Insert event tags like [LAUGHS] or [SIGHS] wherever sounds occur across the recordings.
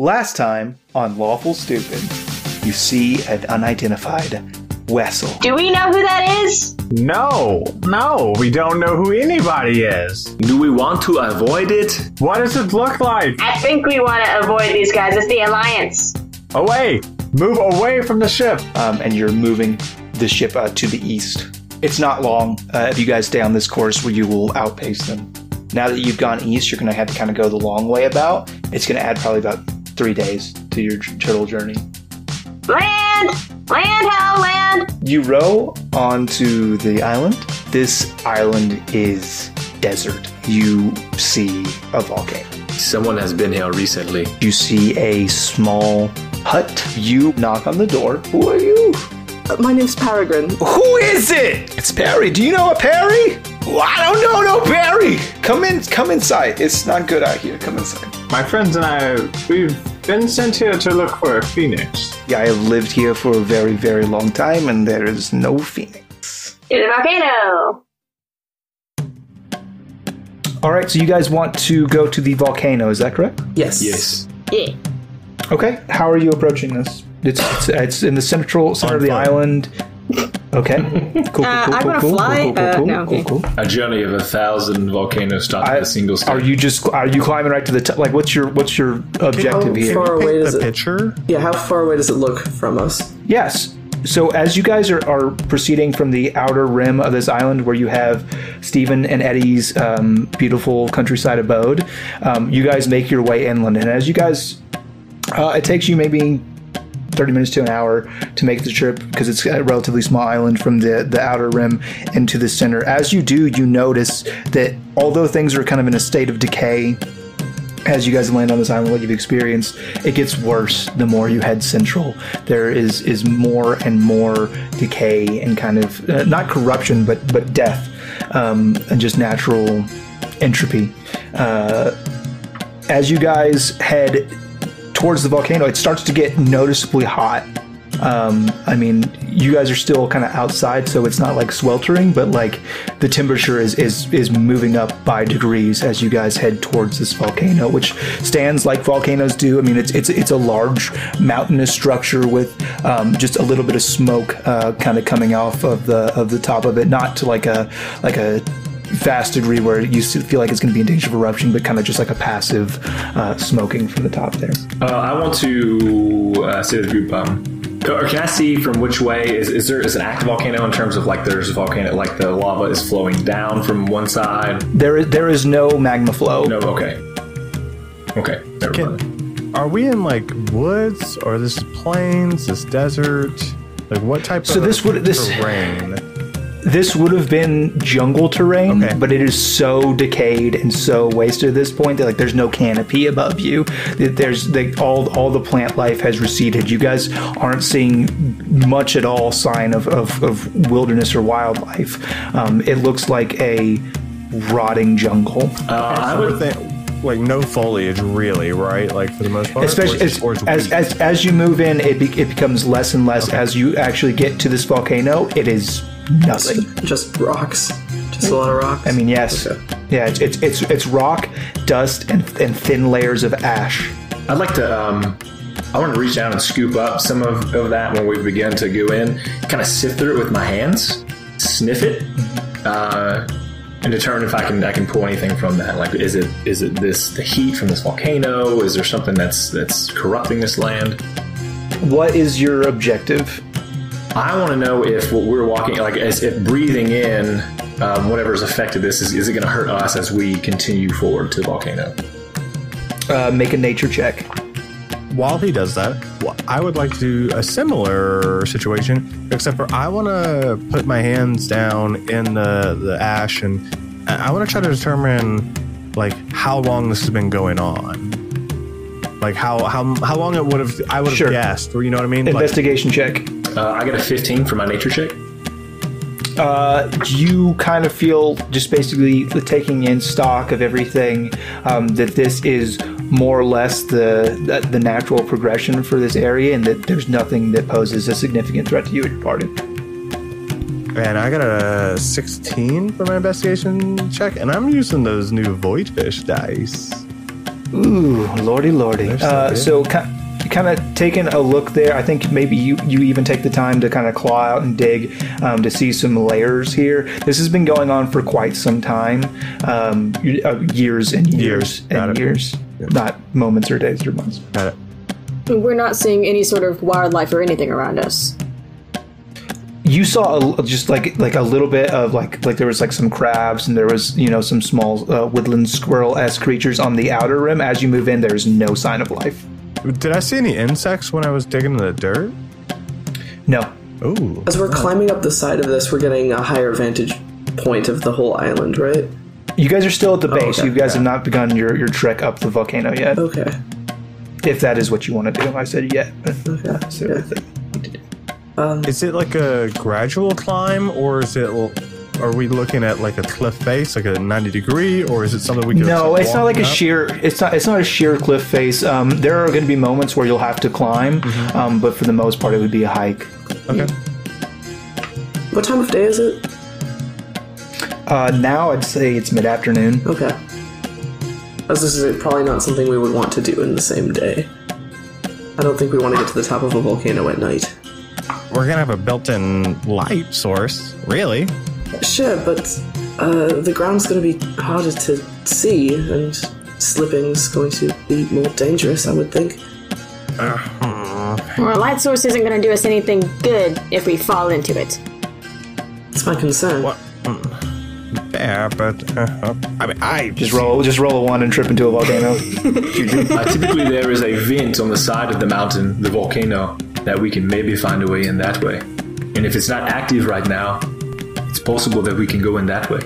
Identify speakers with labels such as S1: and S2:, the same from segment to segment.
S1: Last time on Lawful Stupid, you see an unidentified Wessel.
S2: Do we know who that is?
S3: No, no, we don't know who anybody is.
S4: Do we want to avoid it?
S3: What does it look like?
S2: I think we want to avoid these guys. It's the Alliance.
S3: Away! Oh, Move away from the ship!
S1: um, and you're moving the ship uh, to the east. It's not long uh, if you guys stay on this course where you will outpace them. Now that you've gone east, you're going to have to kind of go the long way about. It's going to add probably about three days to your j- total journey.
S2: Land! Land, hell, land!
S1: You row onto the island. This island is desert. You see a volcano.
S4: Someone has been here recently.
S1: You see a small hut. You knock on the door. Who are you?
S5: Uh, My name's Peregrine.
S1: Who is it? It's Perry. Do you know a Perry? Oh, I don't know no Perry. Come in, come inside. It's not good out here. Come inside.
S3: My friends and I, we've been sent here to look for a phoenix.
S1: Yeah, I have lived here for a very, very long time, and there is no phoenix.
S2: To the volcano!
S1: All right, so you guys want to go to the volcano? Is that correct?
S5: Yes.
S2: Yeah.
S1: Okay. How are you approaching this? It's it's, it's in the central center of the
S3: foot.
S1: island. Okay. [LAUGHS] Cool. Cool.
S5: Uh,
S1: cool.
S5: I
S1: Cool.
S5: wanna
S1: Cool.
S5: fly.
S1: Cool. Cool.
S5: Uh,
S1: Cool.
S5: no,
S1: Cool.
S5: okay.
S1: Cool.
S4: A journey of a thousand volcanoes starting
S1: I-
S4: with a single step.
S1: Are you just are you climbing right to the top? Like, what's your what's your objective here?
S5: far away
S6: paint
S5: does
S6: the
S5: it-
S6: picture?
S5: Yeah, how far away does it look from us?
S1: Yes. So as you guys are, are proceeding from the outer rim of this island, where you have Stephen and Eddie's um, beautiful countryside abode, um, you guys make your way inland, and as you guys, uh, it takes you maybe. 30 minutes to an hour to make the trip because it's a relatively small island from the, the outer rim into the center. As you do, you notice that although things are kind of in a state of decay as you guys land on this island, what you've experienced, it gets worse the more you head central. There is is more and more decay and kind of uh, not corruption, but but death, um, and just natural entropy. Uh, as you guys head towards the volcano, it starts to get noticeably hot. Um, I mean, you guys are still kind of outside, so it's not like sweltering, but like the temperature is, is is moving up by degrees as you guys head towards this volcano, which stands like volcanoes do. I mean, it's it's it's a large mountainous structure with um, just a little bit of smoke uh, kind of coming off of the of the top of it, not to like a like a vast degree where you s- feel like it's going to be in danger of eruption, but kind of just like a passive uh, smoking from the top there.
S4: Uh, I want to uh, say to the group. Um, or can I see from which way is, is there is an active volcano in terms of like there's a volcano like the lava is flowing down from one side?
S1: There is there is no magma flow.
S4: No, okay, okay, never mind.
S6: Can, are we in like woods or this is plains, this desert? Like what type
S1: So
S6: of
S1: this would- this-
S6: terrain?
S1: This would have been jungle terrain,
S6: Okay.
S1: but it is so decayed and so wasted at this point that like there's no canopy above you. That There's like all all the plant life has receded. You guys aren't seeing much at all sign of of, of wilderness or wildlife. Um, it looks like a rotting jungle.
S4: Uh, I would
S6: Everything- like no foliage really, right? Like for the most part.
S1: especially
S6: Or it's-
S1: as,
S6: or it's
S1: as,
S6: weeds?
S1: as, as you move in it, be, it becomes less and less as you actually get to this volcano it is nothing
S5: Just rocks. Just a lot of rocks.
S1: i mean yes yeah it's, it's it's it's rock dust and, and thin layers of ash
S4: I'd like to. Um, I want to reach down and scoop up some of, of that when we begin to go in. Kind of sift through it with my hands, sniff it, uh, and determine if I can I can pull anything from that. Like, is it is it this the heat from this volcano? Is there something that's that's corrupting this land?
S1: what is your objective
S4: I want to know if what we're walking like as if breathing in um, whatever's affected this is is it going to hurt us as we continue forward to the volcano?
S1: uh, make a nature check
S6: While he does that, wh- I would like to do a similar situation, except for I want to put my hands down in the, the ash and I want to try to determine like how long this has been going on. Like how how, how long it would have I would have
S1: Sure.
S6: guessed, or you know what I mean? Like,
S1: investigation check
S4: Uh, I got a 15 for my nature check.
S1: uh, you kind of feel just basically taking in stock of everything um, that this is more or less the, the the natural progression for this area, and that there's nothing that poses a significant threat to you at your party.
S6: and I got a 16 for my investigation check, and I'm using those new void fish dice.
S1: Ooh, lordy, lordy. Uh,
S6: good.
S1: so, kind of taking a look there, I think maybe you, you even take the time to kind of claw out and dig um, to see some layers here. This has been going on for quite some time um, you- uh, years and years,
S6: Years, got
S1: and
S6: it.
S1: years, not moments or days or months.
S6: Got it.
S7: We're not seeing any sort of wildlife or anything around us.
S1: you saw a, just like like a little bit of like like there was like some crabs and there was you know some small uh, woodland squirrel esque creatures on the outer rim. As you move in, there's no sign of life.
S6: Did I see any insects when I was digging in the dirt?
S1: No,
S6: Ooh.
S5: As we're climbing up the side of this, we're getting a higher vantage point of the whole island, right?
S1: you guys are still at the base.
S5: Oh, okay,
S1: you guys have not begun your your trek up the volcano yet.
S5: Okay.
S1: If that is what you want to do, I said yet.
S5: Okay.
S1: So
S5: Yeah.
S6: Is it like a gradual climb, or is it? Are we looking at like a cliff face, like a ninety degree, or is it something we can?
S1: No, it's not
S6: walk
S1: like a
S6: up?
S1: sheer. It's not. It's not a sheer cliff face. Um, there are going to be moments where you'll have to climb,
S5: Mm-hmm.
S1: um, but for the most part, it would be a hike.
S6: Okay.
S5: What time of day is it?
S1: Uh, now I'd say it's mid afternoon.
S5: Okay. As this is probably not something we would want to do in the same day. I don't think we want to get to the top of a volcano at night.
S6: We're gonna have a built-in light source, really.
S5: Sure, but uh, the ground's going to be harder to see, and slipping's going to be more dangerous, I would think.
S7: Well, a light source isn't going to do us anything good if we fall into it.
S5: It's my concern.
S6: What? Mm. Yeah, but uh, I mean, I
S1: Just roll. Just roll a one and trip into a volcano.
S4: Uh, typically, there is a vent on the side of the mountain, the volcano, that we can maybe find a way in that way. And if it's not active right now, it's possible that we can go in that way.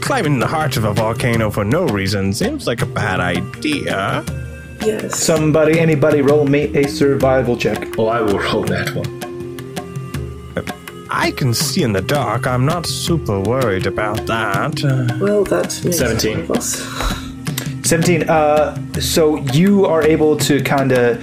S6: climbing the heart of a volcano for no reason seems like a bad idea.
S5: Yes.
S1: Somebody, anybody, roll me a survival check.
S4: Oh, I will hold that one.
S6: I can see in the dark. I'm not super worried about that. Uh,
S5: well, that makes
S4: 17.
S5: one of us.
S1: 17. Uh, so you are able to kind of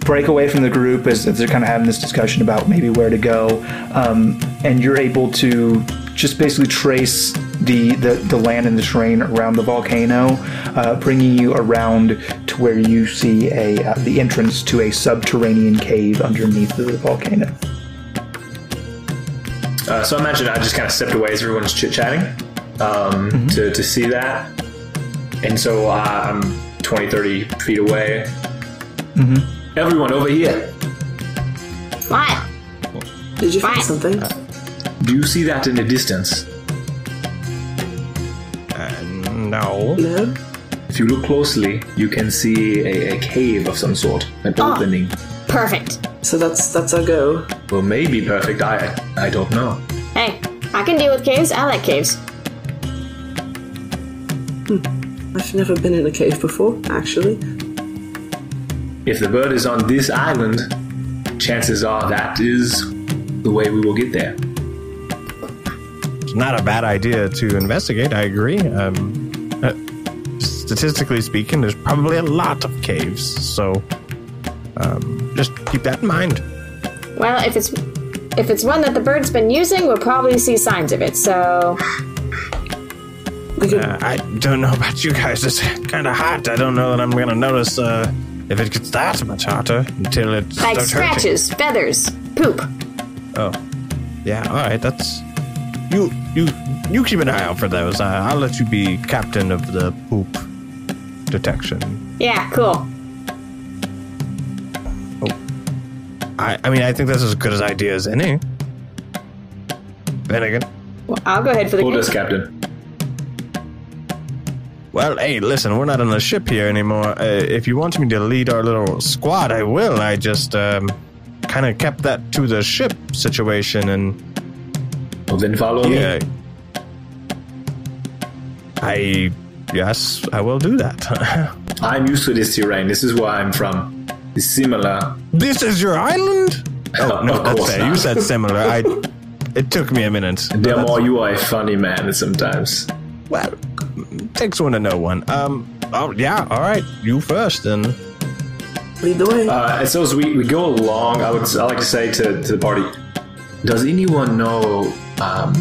S1: break away from the group as, as they're kind of having this discussion about maybe where to go. Um, and you're able to just basically trace the, the, the land and the terrain around the volcano, uh, bringing you around to where you see a uh, the entrance to a subterranean cave underneath the volcano.
S4: Uh, so I imagine I just kind of stepped away as everyone's chit chatting um, to, to see that. And so uh, I'm 20, 30 feet away. Everyone over here,
S2: What?
S5: Did you
S2: Fine.
S5: find something?
S4: do you see that in the distance?
S6: Uh, no.
S5: no?
S4: If you look closely, you can see a, a cave of some sort, an opening.
S2: Perfect.
S5: So that's that's our go.
S4: Well, maybe perfect. I I don't know.
S7: Hey, I can deal with caves. I like caves.
S5: I've never been in a cave before, actually.
S4: If the bird is on this island, chances are that is the way we will get there.
S6: It's not a bad idea to investigate. I agree. Um, uh, statistically speaking, there's probably a lot of caves, so um, just keep that in mind.
S7: Well, if it's if it's one that the bird's been using, we'll probably see signs of it. [SIGHS] So
S5: We could
S6: Uh, I don't know [LAUGHS] about you guys. It's kind of hot. I don't know that I'm gonna notice uh, if it gets that much hotter until it
S7: like
S6: starts hurting. Oh.
S7: scratches, feathers, poop.
S6: Yeah, all right. That's you. You you keep an eye out for those. I, I'll let you be captain of the poop detection.
S7: Yeah, cool.
S6: I I mean I think that's as good as idea as any. Then again,
S7: Well, I'll go ahead for the
S4: Hold us, Captain.
S6: well, hey, listen, we're not on the ship here anymore. Uh, if you want me to lead our little squad, I will. I just um, kind of kept that to the ship situation and.
S4: Well, then follow
S6: Yeah.
S4: me.
S6: I yes, I will do that. [LAUGHS]
S4: I'm used to this terrain. This is where I'm from. It's similar.
S6: this is your island? Oh no,
S4: Of
S6: that's
S4: course
S6: fair.
S4: not.
S6: You said similar. I it took me a minute.
S4: Demo, you are a funny man sometimes.
S6: Well, takes one to know one. Um. Oh yeah. All right. You first, and
S5: lead the way.
S4: Uh, and so as we, we go along, I would I like to say to, to the party, does anyone know um,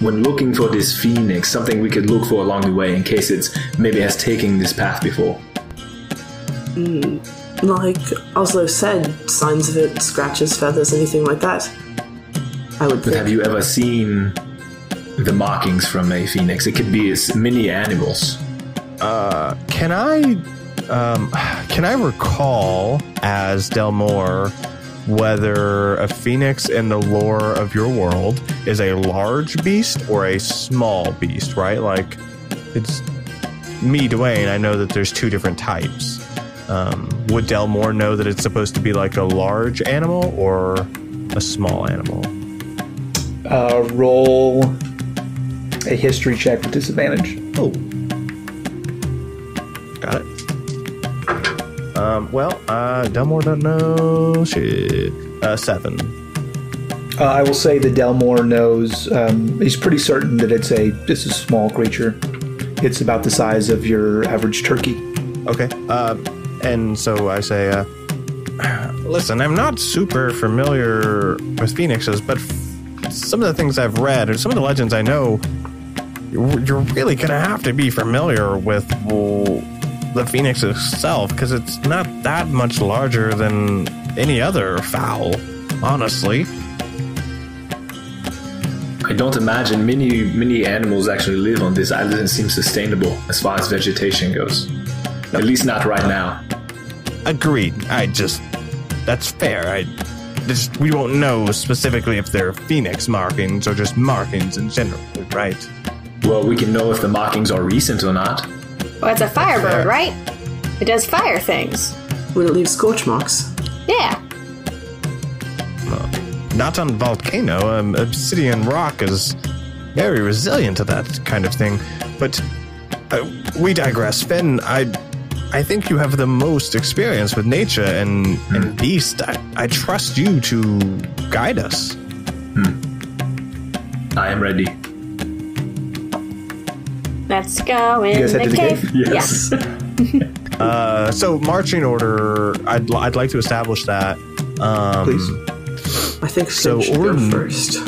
S4: when looking for this phoenix, something we could look for along the way in case it's maybe has taken this path before.
S5: Like Oslo said, signs of it, scratches, feathers, anything like that. I would
S4: But have
S5: think.
S4: you ever seen the markings from a phoenix? It could be as many animals.
S6: Can I, um, [SIGHS] can I recall as Delmore whether a phoenix in the lore of your world is a large beast or a small beast? Right, like it's me, Dwayne. I know that there's two different types. Um, would Delmore know that it's supposed to be like a large animal or a small animal?
S1: Uh, roll a history check with disadvantage.
S6: Oh. Got it. Um, well, uh, Delmore don't know shit. Uh, seven.
S1: Uh, I will say that Delmore knows. Um, he's pretty certain that it's a this is a small creature. It's about the size of your average turkey.
S6: Okay. Uh, and so I say, uh, [SIGHS] listen, I'm not super familiar with phoenixes, but f- some of the things I've read and some of the legends I know, you're you're really gonna have to be familiar with well, the phoenix itself because it's not that much larger than any other fowl, honestly.
S4: I don't imagine many many animals actually live on this island. It seems sustainable as far as vegetation goes. At least not right now.
S6: Agreed. I just that's fair. I just we won't know specifically if they're phoenix markings or just markings in general, right?
S4: Well, we can know if the markings are recent or not.
S7: Well, Oh, it's a firebird,
S6: fair.
S7: right? It does fire things.
S5: Would it leave scorch marks?
S7: Yeah.
S6: Not on volcano. Um, obsidian rock is very resilient to that kind of thing. But uh, we digress. Finn, I I think you have the most experience with nature and and beast. I, I trust you to guide us.
S4: I am ready.
S7: Let's go in
S1: You guys
S7: the
S1: head to the
S7: cave. [LAUGHS]
S4: Yes.
S6: Uh, so marching order. I'd I'd like to establish that. Um,
S1: Please.
S5: I think
S6: So
S5: so. Should go
S6: Orm-
S5: first.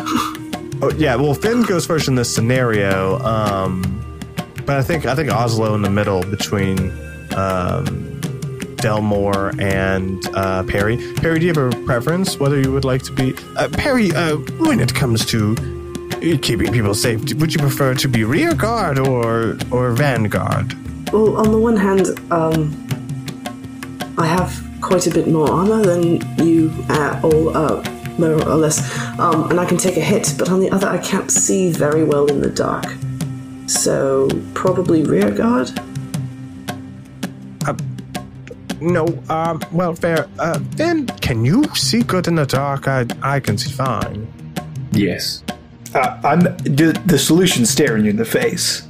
S6: Oh, yeah, well, Finn goes first in this scenario, um, but I think I think Oslo in the middle between um, Delmore and uh, Perry. Perry, do you have a preference whether you would like to be uh, Perry? Uh, when it comes to uh, keeping people safe, d- would you prefer to be rear guard or or vanguard?
S5: Well, on the one hand, um, I have quite a bit more armor than you uh, all, uh, more or less, um, and I can take a hit. But on the other, I can't see very well in the dark, so probably rear guard.
S6: No, um, well, fair. Uh, Finn, can you see good in the dark? I I can see fine.
S4: yes.
S1: Uh, I'm the, the solution staring you in the face.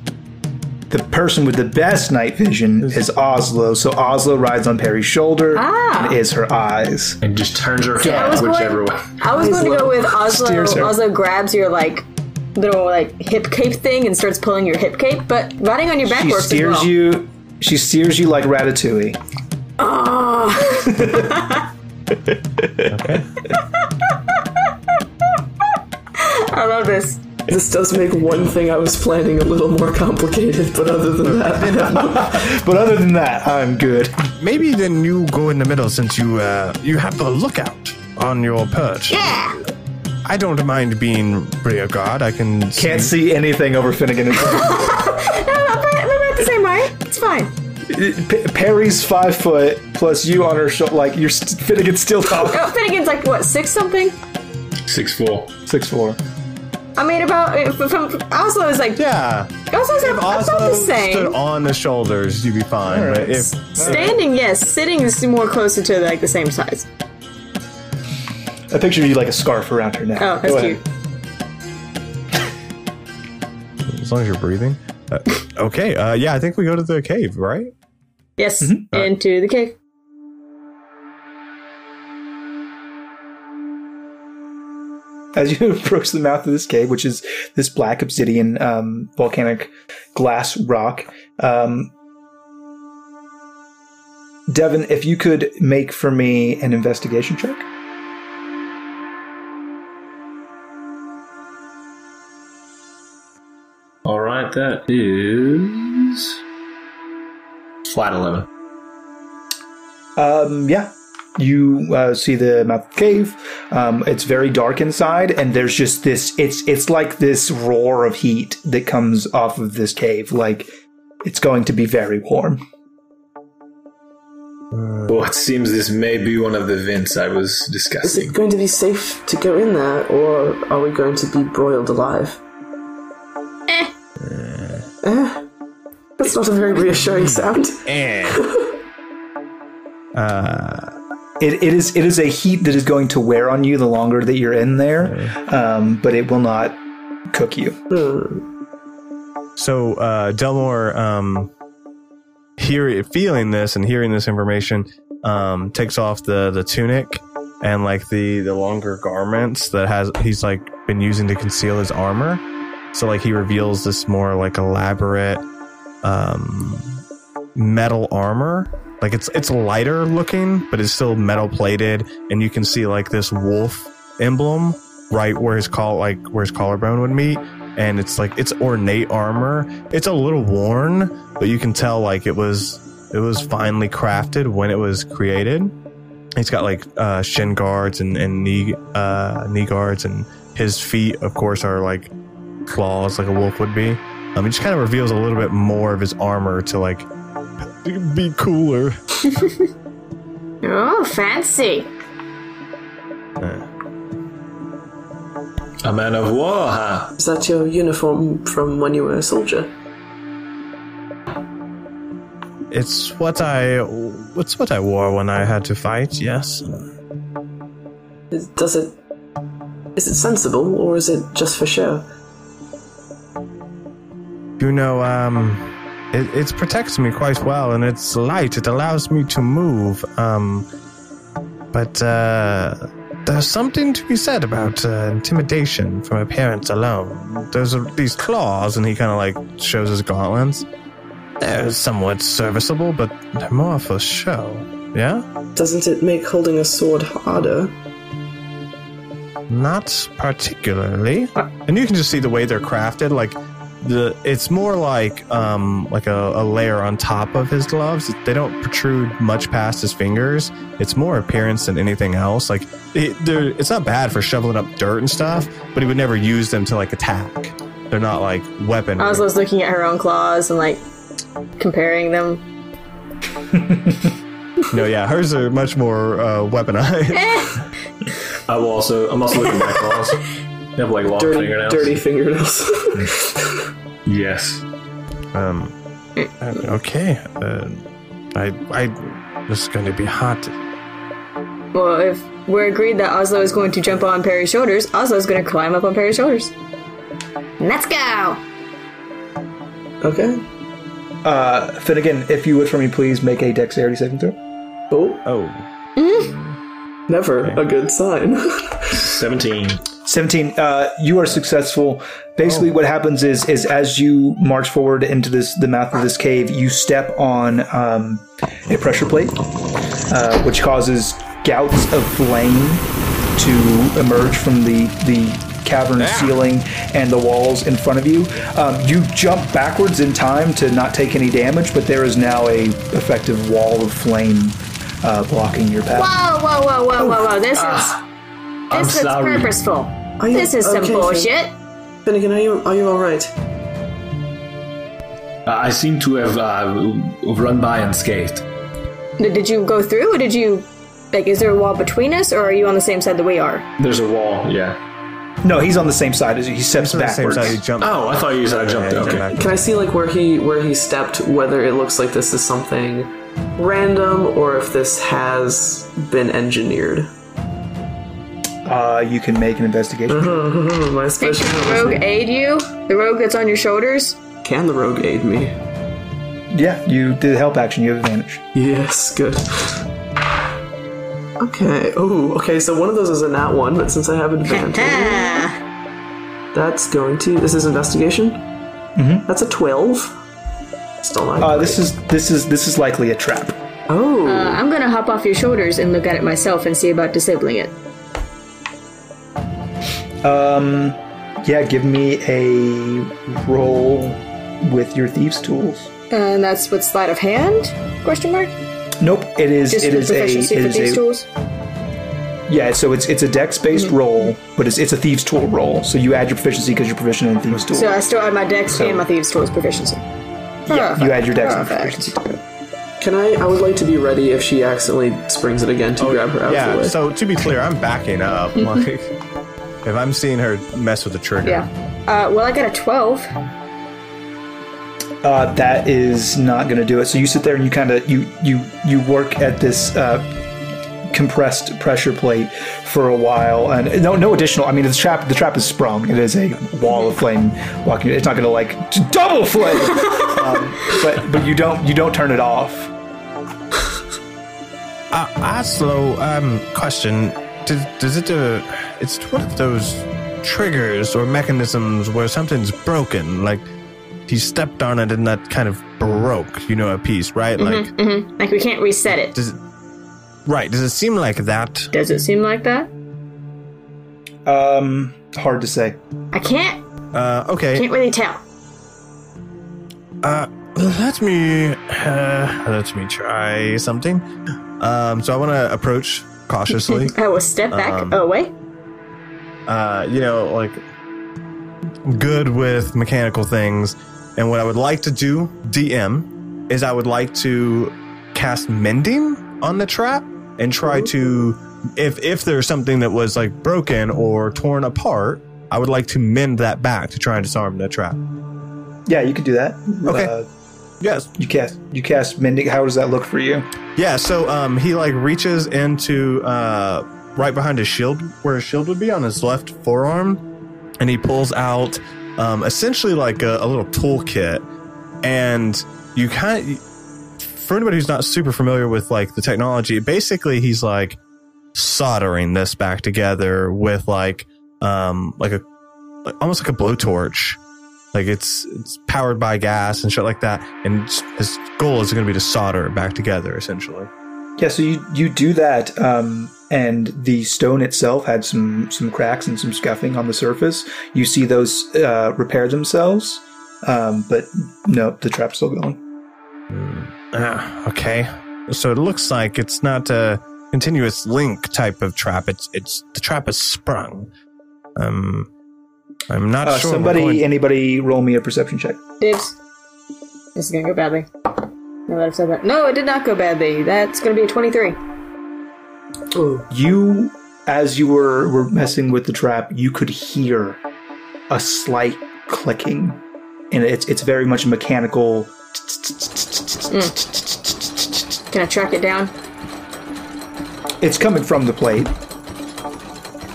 S1: The person with the best night vision is Oslo, so Oslo rides on Perry's shoulder
S7: Ah.
S1: and is her eyes.
S4: And just turns her head
S7: was going-
S4: whichever way.
S7: I was going to go with Oslo.
S1: Steers her.
S7: Oslo grabs your like little like hip cape thing and starts pulling your hip cape, but riding on your back
S1: She
S7: works as
S1: steers
S7: well.
S1: you. She steers you like Ratatouille.
S7: [LAUGHS] I love this.
S5: This does make one thing I was planning a little more complicated, but other than that,
S1: But other than that, I'm good.
S6: Maybe then you go in the middle since you uh, you have the lookout on your perch.
S7: [LAUGHS] Yeah.
S6: I don't mind being rear guard. I can
S1: Can't see anything over Finnegan.
S7: No, no, but they're about the same height. It's fine.
S1: P- Perry's five foot plus you on her shoulder. Like you're st- Finnegan's still
S7: [LAUGHS]
S1: top
S7: Oh, Finnegan's like what six something?
S4: Six four.
S1: six four.
S7: I mean, about uh, from, from Oslo is like
S6: Yeah,
S7: Oslo's
S6: if
S7: about, about
S6: Oslo
S7: the same.
S6: stood on the shoulders, you'd be fine.
S1: All right.
S6: But if
S7: Standing, yes. Sitting is more closer to like the same size.
S1: I picture you like a scarf around her neck.
S7: Oh, that's
S1: Go
S7: cute.
S1: ahead.
S6: as long as you're breathing, uh, okay. Uh, yeah, I think we go to the cave, right?
S7: Yes,
S6: Mm-hmm.
S7: into the cave.
S1: as you [LAUGHS] approach the mouth of this cave, which is this black obsidian um, volcanic glass rock, um, Devin, if you could make for me an investigation check.
S4: right, that is flat eleven.
S1: Um, yeah. You uh, see the mouth of the cave. Um, it's very dark inside, and there's just this. It's it's like this roar of heat that comes off of this cave. Like it's going to be very warm.
S4: Well, Oh, it seems this may be one of the vents I was
S5: Is
S4: discussing.
S5: it going to be safe to go in there, or are we going to be broiled alive?
S2: Eh.
S5: Eh. That's not a very reassuring sound.
S1: It, it is it is a heat that is going to wear on you the longer that you're in there, um, but it will not cook you.
S6: So uh, Delmore, um, hear, feeling this and hearing this information, um, takes off the the tunic and like the the longer garments that has he's like been using to conceal his armor. So like he reveals this more like elaborate um, metal armor. Like it's it's lighter looking, but it's still metal plated, and you can see like this wolf emblem right where his call like where his collarbone would meet and it's like it's ornate armor. It's a little worn, but you can tell like it was it was finely crafted when it was created. It's got like uh, shin guards and, and knee uh, knee guards, and his feet, of course, are like claws, like a wolf would be. Um, it just kind of reveals a little bit more of his armor to like be cooler.
S2: Oh, fancy.
S4: A man of war, huh?
S5: Is that your uniform from when you were a soldier?
S6: It's what I it's what I wore when I had to fight. Yes.
S5: Is- Does it. Is it sensible, or is it just for show?
S6: You know, um, it, it protects me quite well, and it's light. It allows me to move. Um, but uh, there's something to be said about uh, intimidation from appearance alone. There's a, these claws, and he kind of like shows his gauntlets. They're somewhat serviceable, but they're more for show. Yeah,
S5: Doesn't it make holding a sword harder?
S6: not particularly. And you can just see the way they're crafted, like. the it's more like um like a, a layer on top of his gloves they don't protrude much past his fingers it's more appearance than anything else like it, they're- it's not bad for shoveling up dirt and stuff but he would never use them to like attack they're not like weapon
S7: Oslo's looking at her own claws and like comparing them.
S6: no yeah hers are much more uh,
S4: [LAUGHS]
S6: weaponized
S4: I will also. I'm also looking at my claws. They have like long
S5: Dirty,
S4: fingernails.
S5: dirty fingernails. [LAUGHS]
S4: Yes.
S6: um okay uh, i i this is going to be hot
S7: Well, if we're agreed that Oslo is going to jump on Perry's shoulders, Oslo's going to climb up on Perry's shoulders.
S2: Let's go.
S5: okay.
S1: Uh, Finnegan, if you would for me, please make a dexterity saving throw.
S5: Oh,
S6: oh
S2: Hmm?
S5: never a good sign. [LAUGHS]
S4: Seventeen.
S1: 17 uh, you are successful
S6: Oh.
S1: basically what happens is is as you march forward into this the mouth of this cave you step on um, a pressure plate uh, which causes gouts of flame to emerge from the the cavern ceiling and the walls in front of you um, you jump backwards in time to not take any damage but there is now a effective wall of flame uh, blocking your path
S2: Whoa, whoa, whoa, whoa, whoa, whoa. This is
S4: Ah. I'm
S2: this looks
S4: sorry.
S2: purposeful.
S5: Are you-
S2: This is some
S5: okay, Fin-
S2: bullshit.
S5: Finnegan, are you, are you alright?
S4: Uh, I I seem to have uh, run by unscathed.
S7: Did did you go through, or did you? Like, is there a wall between us, or are you on the same side that we are?
S4: There's a wall. Yeah.
S1: no he's on the same side as you he steps
S6: it's on the same
S1: backwards
S6: side you jump
S4: Oh, I thought you said I
S6: Yeah,
S4: jumped.
S6: you jump
S4: Okay.
S6: backwards.
S5: Can I see like where he where he stepped? Whether it looks like this is something random or if this has been engineered.
S1: uh, you can make an investigation
S5: Oh, my
S7: Did
S5: special
S7: the rogue aid you? The rogue that's on your shoulders?
S5: Can the rogue aid me?
S1: Yeah, you did help action. You have advantage.
S5: Yes, good. Okay. Oh, okay. So one of those is a nat one, but since I have
S7: [LAUGHS]
S5: advantage,
S2: Ah,
S5: that's going to. This is investigation. Mm-hmm. That's a twelve. Still not.
S1: Uh, this is this is this is likely a trap.
S5: oh,
S7: Uh, I'm gonna hop off your shoulders and look at it myself and see about disabling it.
S1: Yeah, give me a roll with your thieves' tools.
S7: And that's with sleight of hand? Question mark.
S1: Nope, it is
S7: Just
S1: it
S7: with
S1: is a
S7: proficiency
S1: it
S7: for
S1: is
S7: these
S1: a
S7: tools. Mm.
S1: yeah. So it's it's a dex based roll, but it's it's a thieves' tool roll. So you add your proficiency because you're proficient in thieves' tools.
S7: So I still add my dex
S1: So-
S7: and my thieves tools proficiency.
S1: yeah, you add your dex and proficiency.
S7: Perfect.
S8: Can I? I would like to be ready if she accidentally springs it again to grab her out of the
S6: Oh, Yeah.
S8: way.
S6: So to be clear, I'm backing up. Like, if I'm seeing her mess with the trigger,
S7: Yeah. Uh, well, I got a 12.
S1: Uh, that is not going to do it. So you sit there and you kind of you you you work at this uh, compressed pressure plate for a while, and no no additional. I mean, the trap the trap is sprung. It is a wall of flame walking. It's not going to like t- double flame, um, but but you don't you don't turn it off.
S6: Uh, Aslo, um, question. Does, does it do. It's one of those triggers or mechanisms where something's broken. Like, he stepped on it and that kind of broke, you know, a piece, right? Like,
S7: Like, we can't reset it.
S6: does it. Right, does it seem like that?
S7: Does it seem like that?
S1: Um, hard to say.
S7: I can't.
S6: Uh, okay.
S7: Can't really tell.
S6: Uh, let me. Uh, let me try something. Um, so I want to approach cautiously.
S7: I will step back Oh,
S6: Um,
S7: away.
S6: uh, you know, like good with mechanical things. And what I would like to do, DM, is I would like to cast mending on the trap and try to if if there's something that was like broken or torn apart, I would like to mend that back to try and disarm the trap.
S1: Yeah, you could do that.
S6: Okay.
S1: Uh,
S6: Yes.
S1: you cast you cast mending. How does that look for you?
S6: Yeah, so um he like reaches into uh right behind his shield where his shield would be on his left forearm and he pulls out um essentially like a, a little toolkit and you kind of for anybody who's not super familiar with like the technology, basically he's like soldering this back together with like um like a like, almost like a blowtorch. Like it's it's powered by gas and shit like that. And s- his goal is going to be to solder it back together, essentially.
S1: Yeah, so you you do that, um, and the stone itself had some some cracks and some scuffing on the surface. You see those uh, repair themselves, um, but no, the trap's still going.
S6: Ah, okay. So it looks like it's not a continuous link type of trap. It's it's the trap is sprung. Um, I'm not
S1: Uh,
S6: sure. we're
S1: somebody,
S6: going-
S1: anybody, roll me a perception check.
S7: Dibs. This is gonna go badly. Now that I've said that. No, it did not go badly. That's gonna be a 23.
S1: You, as you were were messing with the trap, you could hear a slight clicking, and it's it's very much mechanical.
S7: Can I track it down?
S1: It's coming from the plate.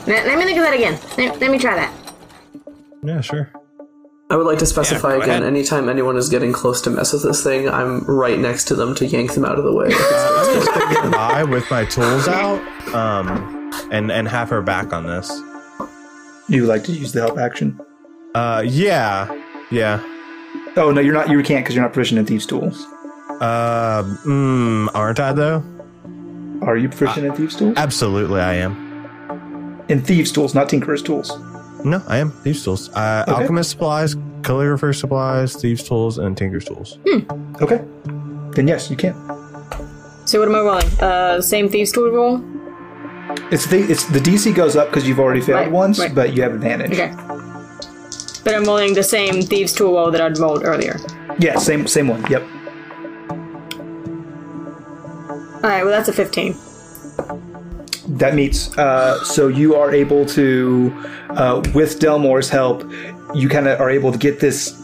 S7: Let, let me look at that again. Let, let me try that.
S6: yeah, sure.
S8: I would like to specify
S6: go
S8: again.
S6: ahead.
S8: Anytime anyone is getting close to mess with this thing, I'm right next to them to yank them out of the way.
S6: I'm just gonna get by with my tools out, um, and and have her back on this.
S1: You would like to use the help action?
S6: Uh, yeah, yeah.
S1: Oh no, you're not. You can't because you're not proficient in thieves' tools.
S6: Uh, mm, aren't I though?
S1: Are you proficient in thieves' tools?
S6: Absolutely, I am.
S1: in thieves' tools, not tinkerers' tools.
S6: No, I am. Thieves' tools. Uh,
S1: Okay.
S6: Alchemist supplies, calligrapher supplies, thieves' tools, and tinker's tools.
S1: Okay. Then yes, you can.
S7: So what am I rolling? Uh, same thieves tool roll?
S1: It's the it's the DC goes up because you've already failed
S7: Right,
S1: once,
S7: right.
S1: but you have advantage.
S7: Okay. But I'm rolling the same thieves tool roll that I'd rolled earlier.
S1: Yeah, same same one. Yep.
S7: Alright, well that's a 15.
S1: That meets. Uh, so you are able to, uh, with Delmore's help, you kind of are able to get this.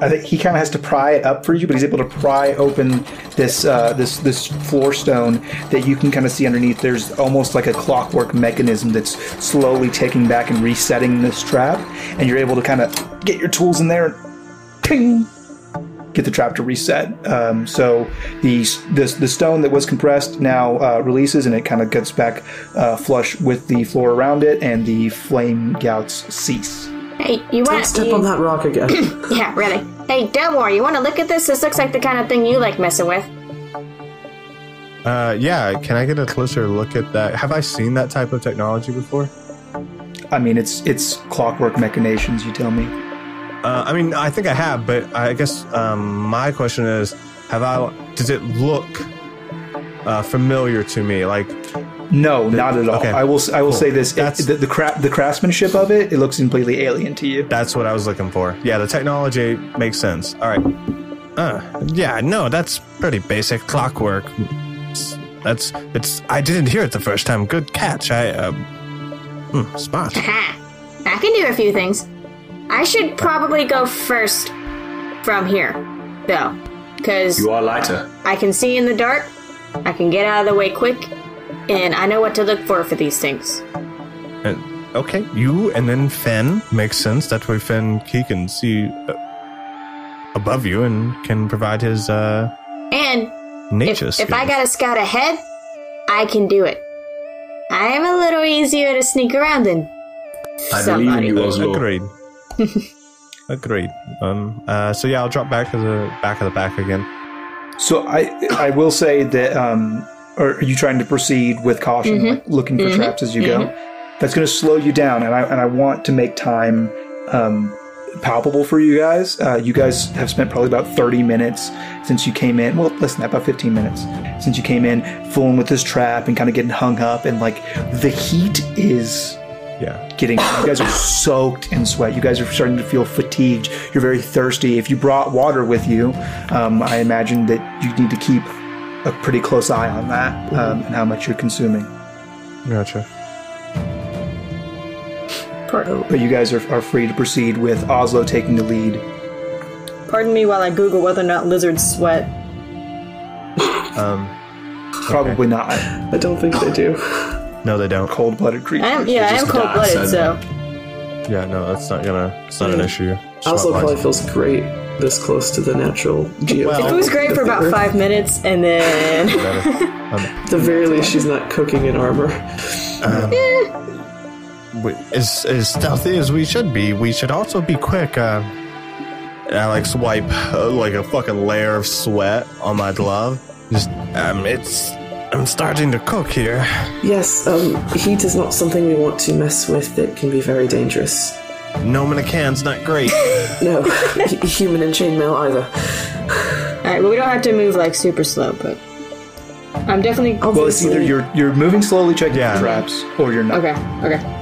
S1: I think he kind of has to pry it up for you, but he's able to pry open this uh, this this floor stone that you can kind of see underneath. There's almost like a clockwork mechanism that's slowly taking back and resetting this trap, and you're able to kind of get your tools in there, ping, get the trap to reset. Um, so the, the the stone that was compressed now uh, releases, and it kind of gets back uh, flush with the floor around it, and the flame gouts cease.
S2: Hey, you
S8: Don't
S2: want
S8: step
S2: you,
S8: on that rock again.
S2: Yeah, really.
S7: Hey, Delmore, you wanna look at this? This looks like the kind of thing you like messing with.
S6: Uh, yeah. Can I get a closer look at that? Have I seen that type of technology before?
S1: I mean, it's it's clockwork machinations. You tell me.
S6: Uh, I mean, I think I have, but I guess um, my question is: Have I? Does it look uh, familiar to me? Like,
S1: No, not at all.
S6: okay.
S1: I will. s- I will say this: it,
S6: That's-
S1: the the, cra- the craftsmanship of it, it looks completely alien to you.
S6: That's what I was looking for. Yeah, the technology makes sense. All right. Uh, yeah, no, that's pretty basic clockwork. It's- That's it's. I didn't hear it the first time. Good catch. I uh, hmm, smart.
S2: Ha! Ah, I can do a few things. I should probably go first from here, though, because
S4: You are lighter.
S2: I can see in the dark, I can get out of the way quick, and I know what to look for for these things.
S6: Uh, okay, you and then Finn makes sense. That way, Finn he can see uh, above you and can provide his uh,
S2: And if,
S6: nature.
S2: if I
S6: skills.
S2: gotta scout ahead, I can do it. I am a little easier to sneak around than
S4: I believe
S2: somebody.
S4: in you, Oslo.
S6: Agreed. [LAUGHS] Agreed. Um. Uh. So yeah, I'll drop back to the back of the back again.
S1: So I I will say that um are are you trying to proceed with caution, like looking for traps as you go? That's going to slow you down, and I and I want to make time um, palpable for you guys. Uh, you guys have spent probably about thirty minutes since you came in. Well, less than that, about fifteen minutes since you came in, fooling with this trap and kind of getting hung up, and like the heat is
S6: Yeah.
S1: getting you guys are soaked in sweat you guys are starting to feel fatigued you're very thirsty if you brought water with you um, i imagine that you need to keep a pretty close eye on that um, and how much you're consuming
S6: Gotcha.
S1: but you guys are, are free to proceed with oslo taking the lead
S7: Pardon me while I Google whether or not lizards sweat.
S6: Um.
S1: probably not
S8: I don't think they do.
S6: No, they don't.
S1: cold-blooded
S7: I
S1: creature
S7: am, yeah, I am
S4: just
S7: cold
S4: die,
S7: blooded, so
S6: Yeah. No, that's not gonna. It's not an issue.
S8: Oslo
S6: Smart
S8: probably
S6: wise.
S8: feels great this close to the natural geo.
S7: it was great for about five minutes, and then
S8: At the very least, she's not cooking in armor.
S6: we, as, as stealthy as we should be, we should also be quick. Uh, and I like swipe uh, like a fucking layer of sweat on my glove. Just um, it's I'm starting to cook here.
S8: Yes, um, heat is not something we want to mess with. It can be very dangerous.
S6: Gnome in a can's not
S7: [LAUGHS]
S6: great.
S8: No, [LAUGHS] h- human and chainmail either.
S7: all right. Well, we don't have to move like super slow, but I'm definitely
S1: well it's
S8: Obviously,
S1: either you're you're moving slowly checking
S6: Yeah.
S1: for traps or you're not
S7: okay. Okay.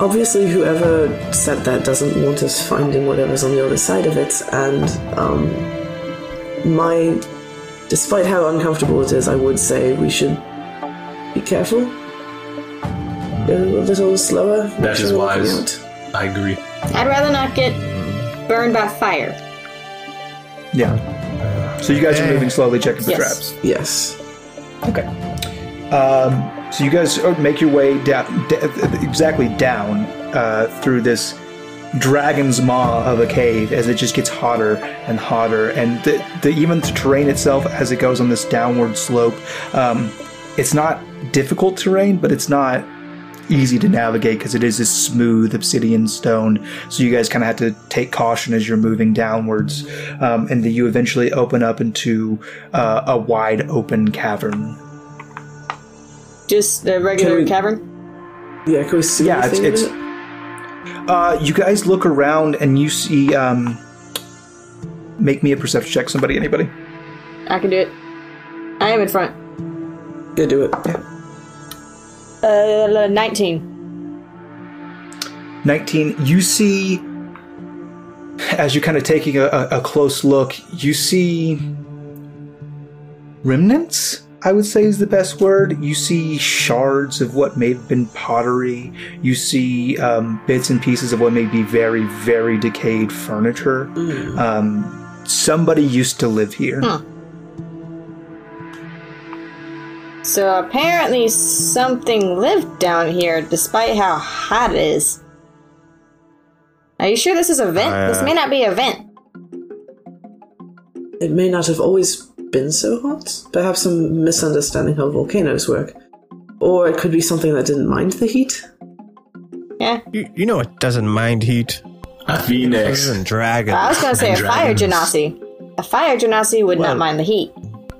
S8: obviously whoever said that doesn't want us finding whatever's on the other side of it. And um, my, despite how uncomfortable it is, I would say we should be careful. Go a little slower. make
S4: That
S8: sure
S4: is
S8: we're looking
S4: wise.
S8: out.
S4: I agree.
S7: I'd rather not get burned by fire.
S1: yeah so you guys are
S6: Okay.
S1: moving slowly checking for
S7: Yes.
S1: traps
S8: Yes.
S1: Okay. Um, so you guys uh, make your way down, d- exactly down uh, through this dragon's maw of a cave as it just gets hotter and hotter, and the, the, even the terrain itself as it goes on this downward slope, um, it's not difficult terrain, but it's not easy to navigate because it is this smooth obsidian stone. So you guys kind of have to take caution as you're moving downwards, um, and then you eventually open up into uh, a wide open cavern.
S7: Just the regular
S8: Can we-
S7: cavern.
S8: Yeah, can we see
S1: Yeah, it's,
S8: anything in
S1: it's
S8: it?
S1: uh, you guys look around and you see. Um, make me a perception check, somebody, anybody.
S7: I can do it. I am in front.
S8: Yeah, do it.
S7: Uh, nineteen.
S1: Nineteen. You see, as you're kind of taking a, a, a close look, you see remnants. I would say is the best word. You see shards of what may have been pottery. You see um, bits and pieces of what may be very, very decayed furniture. Um, somebody used to live here.
S7: So apparently something lived down here, despite how hot it is. Are you sure this is a vent? this may not be a vent.
S8: It may not have always been so hot. Perhaps some misunderstanding how volcanoes work. Or it could be something that didn't mind the heat.
S7: Yeah.
S6: you, you know it doesn't mind heat.
S4: A phoenix.
S6: Even dragon. [LAUGHS]
S7: I was gonna say a
S4: And
S7: fire
S4: dragons.
S7: genasi. A fire genasi would
S6: Well-
S7: not mind the heat.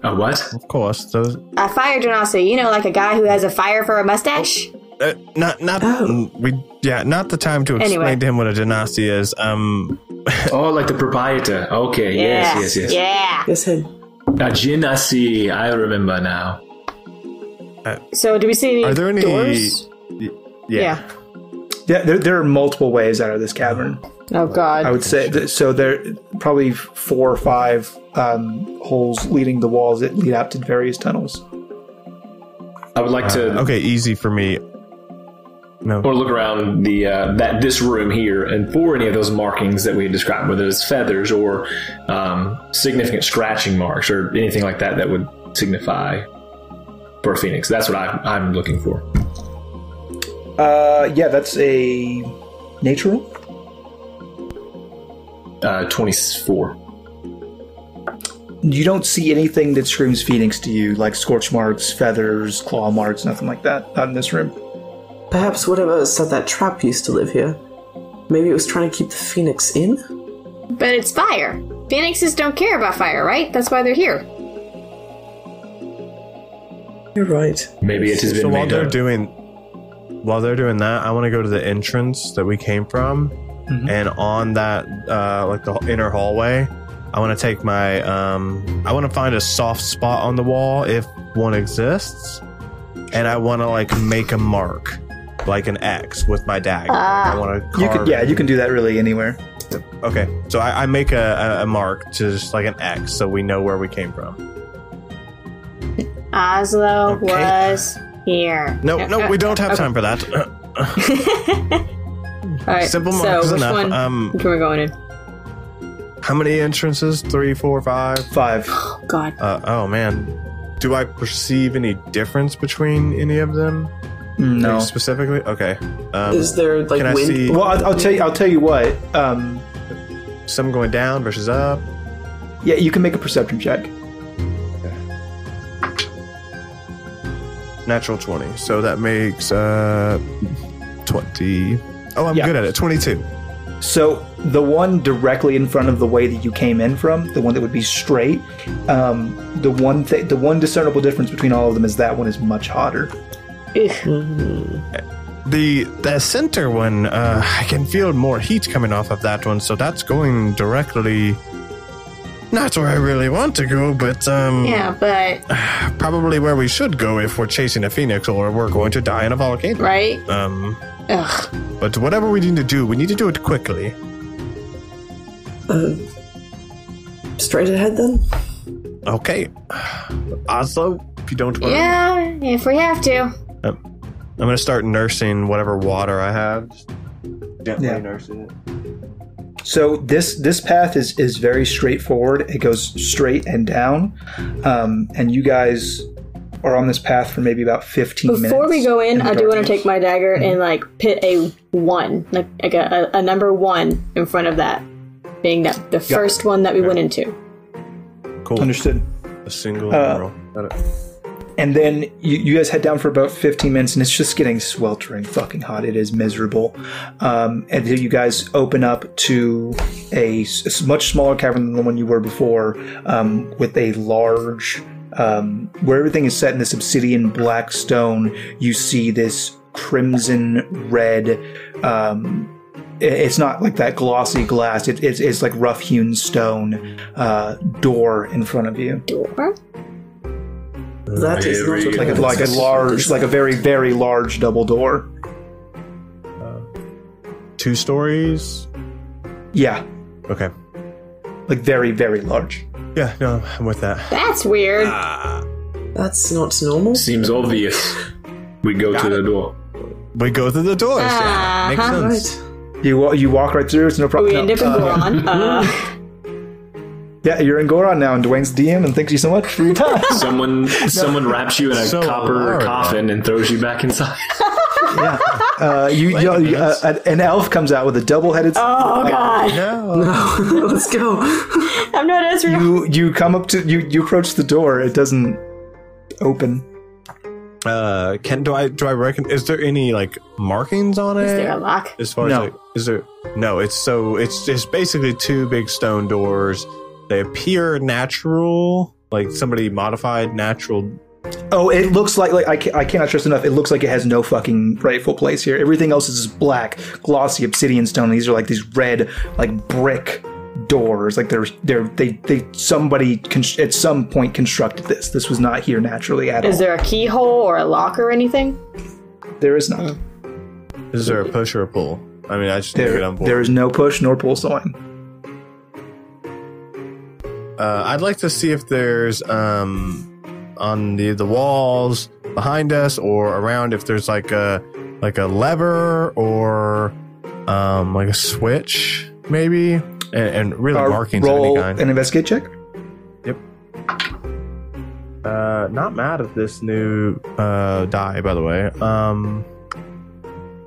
S4: A what?
S6: Of course, those
S7: A fire genasi, you know, like a guy who has a fire for a mustache.
S6: Uh, not, not we. Yeah, not the time to explain
S7: Oh. Anyway.
S6: to him what a dynasty is. Um,
S4: Oh, like the proprietor. Okay,
S7: Yeah.
S4: yes, yes, yes.
S7: Yeah.
S5: Yes, head.
S4: A gin, I see. I remember now.
S7: So do we see any
S6: are there any?
S7: doors?
S6: y-
S7: Yeah.
S1: Yeah, there, there are multiple ways out of this cavern.
S7: Oh god.
S1: I would say th- so. There probably four or five um, holes leading the walls that lead out to various tunnels.
S4: I would like to
S6: Okay, easy for me. No.
S4: or look around the uh, that this room here and for any of those markings that we had described, whether it's feathers or um, significant scratching marks or anything like that that would signify for a phoenix. That's what I, I'm looking for.
S1: Uh, yeah, that's a nature roll.
S4: Uh, 24.
S1: You don't see anything that screams phoenix to you, like scorch marks, feathers, claw marks, nothing like that. Not in this room.
S5: Perhaps whatever said that trap used to live here. Maybe it was trying to keep the phoenix in?
S2: But it's fire. Phoenixes don't care about fire, right? That's why they're here.
S5: You're right.
S4: Maybe it has been
S6: so while
S4: made
S6: they're
S4: up.
S6: doing while they're doing that i want to go to the entrance that we came from
S1: Mm-hmm.
S6: and on that uh, like the inner hallway i want to take my um, i want to find a soft spot on the wall if one exists and i want to like make a mark like an x with my dagger Like, i want to
S1: You could, yeah, you can do that really anywhere.
S6: okay so i, I make a, a, a mark to just like an x so we know where we came from
S7: Oslo
S6: Okay.
S7: was here.
S6: no no we don't have time for that
S7: All right.
S6: [LAUGHS] simple
S7: so
S6: mark is
S7: which
S6: enough
S7: one?
S6: um
S7: which one we going in?
S6: How many entrances? Three, four, five.
S1: Five.
S7: Oh god.
S6: Uh, oh man, do I perceive any difference between any of them
S1: No.
S6: Like, specifically? Okay. Um,
S5: Is there, like,
S6: can I
S5: wind?
S6: see
S1: Well, I'll, I'll tell you. I'll tell you what. Um,
S6: some going down versus up?
S1: yeah, you can make a perception check.
S6: Natural twenty, so that makes uh twenty. Oh, I'm
S1: Yeah.
S6: good at it. Twenty-two.
S1: So the one directly in front of the way that you came in from, the one that would be straight, um, the one thi- the one discernible difference between all of them is that one is much hotter.
S6: Hmm. The the center one, uh, I can feel more heat coming off of that one, so that's going directly. Not where I really want to go, but um,
S7: Yeah, but
S6: probably where we should go if we're chasing a phoenix or we're going to die in a volcano.
S7: right.
S6: Um,
S7: Ugh.
S6: but whatever we need to do, we need to do it quickly.
S5: Straight ahead then?
S6: Okay, [SIGHS] Oslo, if you don't mind,
S7: Yeah, if we have to.
S6: I'm gonna start nursing whatever water I have. Just Gently
S1: Yeah.
S6: nursing it.
S1: So this this path is is very straightforward. It goes straight and down, um, and you guys are on this path for maybe about fifteen minutes.
S7: Before we go in,
S1: the
S7: I do want to
S1: darkness.
S7: take my dagger and like pit a one, like like a, a, a number one in front of that, being that the first one that we went into.
S6: Cool.
S1: Understood.
S6: A single roll. Got it.
S1: And then you, you guys head down for about 15 minutes, and it's just getting sweltering fucking hot. It is miserable. Um, and then you guys open up to a, s- s- much smaller cavern than the one you were before, um, with a large, um, where everything is set in this obsidian black stone. You see this crimson red. Um, i- it's not like that glossy glass. It, it's, it's like rough hewn stone uh, door in front of you.
S7: Door?
S5: That is
S4: Very
S5: not
S4: good.
S5: what
S1: like a, like a large, like a very very large double door.
S6: Two stories.
S1: Yeah,
S6: Okay.
S1: like very very large.
S6: Yeah, no, I'm with that.
S7: That's weird.
S5: That's not normal.
S4: Seems obvious. We go to the door.
S6: We go through the doors. yeah, makes
S7: Uh-huh.
S6: sense.
S5: Right. [LAUGHS]
S1: You wa- you walk right through. It's no problem.
S7: we end up in Goron. Uh,
S1: yeah, you're in Goron now, and Dwayne's DM, and thank you so much for your time.
S6: [LAUGHS]
S4: Someone someone wraps you in a
S6: So
S4: copper
S6: horrible.
S4: coffin and throws you back inside. [LAUGHS]
S1: yeah, uh, you, you,
S6: a
S1: you
S6: minute.
S1: uh, an elf comes out with a double headed.
S7: oh god, [LAUGHS]
S6: No.
S5: Let's go.
S7: I'm not answering.
S1: You you come up to you you approach the door. It doesn't open.
S6: Uh, can do I do I reckon? Is there any like markings on it?
S7: Is there a lock?
S6: as far
S1: No.
S6: as like, is there no it's so it's just basically two big stone doors they appear natural like somebody modified natural
S1: Oh, it looks like like I, ca- I cannot stress enough. It looks like it has no fucking rightful place here. Everything else is just black, glossy obsidian stone. These are like these red like brick doors. Like they're they're they they somebody con- at some point constructed this. This was not here naturally at all.
S7: Is there a keyhole or a lock or anything?
S1: there is not.
S6: Is there a push or a pull? I mean, I just need to get
S1: There,
S6: on board.
S1: there is no push nor pull sign.
S6: Uh, I'd like to see if there's um, on the the walls behind us or around if there's like a like a lever or um, like a switch maybe, and, and really
S1: Uh,
S6: markings of any
S1: roll
S6: kind.
S1: an investigate check.
S6: uh, not mad at this new uh, die, by the way. Um,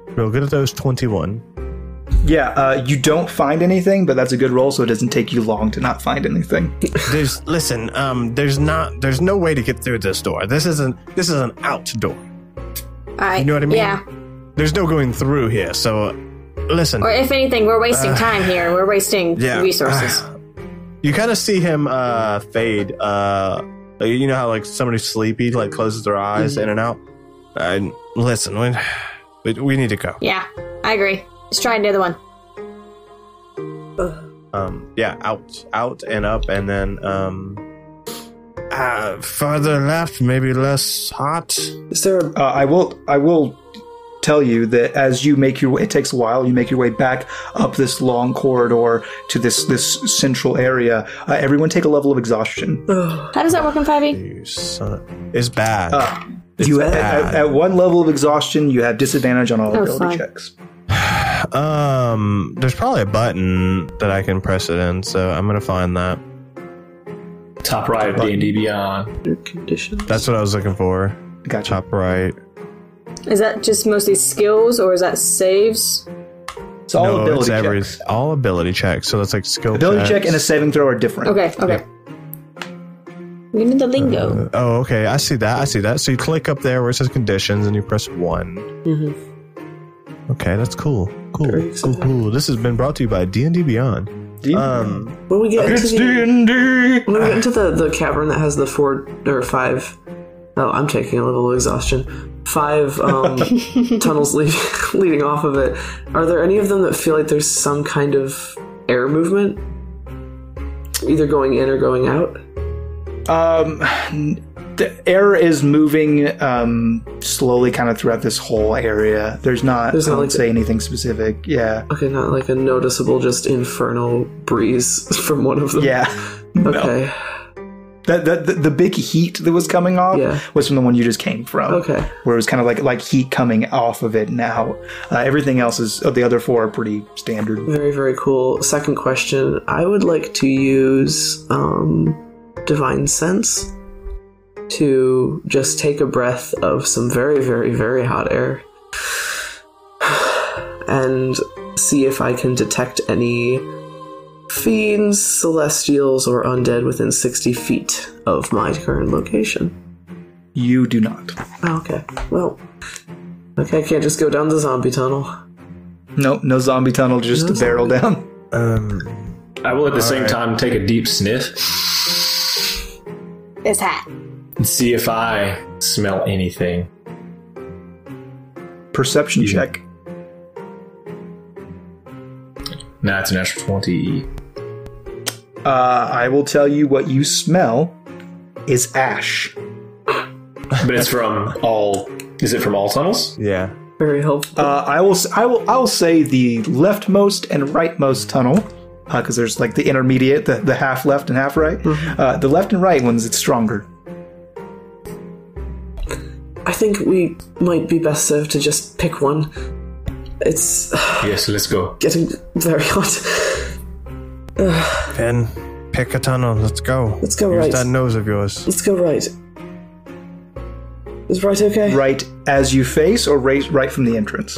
S6: real good at those twenty-one.
S1: Yeah, uh, you don't find anything, but that's a good roll, so it doesn't take you long to not find anything.
S6: There's [LAUGHS] listen. Um, there's not. There's no way to get through this door. This isn't. This is an outdoor.
S2: I,
S6: You know what I mean?
S2: Yeah.
S6: There's no going through here. So, uh, listen.
S2: Or if anything, we're wasting time here. We're wasting
S6: yeah. [SIGHS] Ah.
S2: resources.
S6: you kind of see him uh, fade. Uh, like, you know how like somebody sleepy like closes their eyes
S2: Mm-hmm.
S6: in and out. And listen, we, we we need to go.
S2: yeah, I agree. Let's try another one.
S6: um yeah out out and up and then um uh further left maybe less hot
S5: Is there a
S1: Uh, I will. I will tell you that as you make your way, it takes a while. You make your way back up this long corridor to this this central area. Uh, everyone, take a level of exhaustion.
S5: Oh,
S7: How does that work in
S2: E?
S7: 5e?
S6: you son it's bad
S1: Uh. you at, at,
S6: bad.
S1: at one level of exhaustion, you have disadvantage on all
S7: Oh,
S1: ability
S7: fine.
S1: checks.
S6: um there's probably a button that i can press it in so i'm gonna find that
S4: Top right of D&D Beyond.
S5: condition?
S6: that's what i was looking for
S1: Gotcha.
S6: top right
S7: Is that just mostly skills or is that saves?
S1: It's all
S6: no
S1: ability
S6: it's
S1: checks.
S6: every all ability checks so that's like skill
S1: Ability
S6: checks.
S1: check and a saving throw are different.
S7: Okay, okay. We need the lingo.
S1: Uh,
S6: oh okay i see that i see that so you click up there where it says conditions and you press one okay that's cool cool cool cool this has been brought to you by d&d beyond
S1: D- [LAUGHS]
S6: um
S5: When we get into
S1: It's
S5: the,
S1: D&D.
S5: when we get into the, the cavern that has the four or five oh I'm taking a level of exhaustion. Five um, tunnels lead, [LAUGHS] leading off of it. Are there any of them that feel like there's some kind of air movement? Either going in or going out?
S1: Um, the air is moving um, slowly, kind of throughout this whole area. There's not.
S5: There's
S1: I
S5: not
S1: wouldn't
S5: like-
S1: say anything specific. Yeah.
S5: Okay, not like a noticeable just infernal breeze [LAUGHS] from one of them.
S1: Yeah. [LAUGHS]
S5: Okay.
S1: That, that, the, the big heat that was coming off
S5: Yeah.
S1: was from the one you just came from.
S5: Okay.
S1: Where it was kind of like like heat coming off of it. Now, uh, everything else is. Oh, the other four are pretty standard.
S5: Very, very cool. Second question. I would like to use um, Divine Sense to just take a breath of some very, very, very hot air [SIGHS] and see if I can detect any fiends, celestials, or undead within 60 feet of my current location.
S1: You do not.
S5: Oh, okay. Well, okay, I can't just go down the zombie tunnel.
S1: No, no zombie tunnel. Just
S5: No
S1: a barrel down. [LAUGHS]
S6: um
S4: I will at the same
S6: right.
S4: time take a deep sniff
S2: This hat.
S4: and see if I smell anything.
S1: Perception check.
S4: Nah, it's an extra 20.
S1: Uh, I will tell you what you smell is ash.
S4: But it's from all. Is it from all tunnels?
S6: yeah
S5: Very helpful.
S1: Uh, I will. s- I will. I'll say the leftmost and rightmost tunnel, because there's like the intermediate, the, the half left and half right.
S5: Mm-hmm.
S1: Uh, the left and right ones, it's stronger.
S5: I think we might be best served to just pick one. It's [SIGHS]
S4: Yes, let's go.
S5: getting very [LAUGHS] hot.
S6: Finn, pick a tunnel let's go
S5: Let's go
S6: Use
S5: right.
S6: that nose of yours
S5: Let's go right. Is right okay?
S1: Right as you face, or right right from the entrance.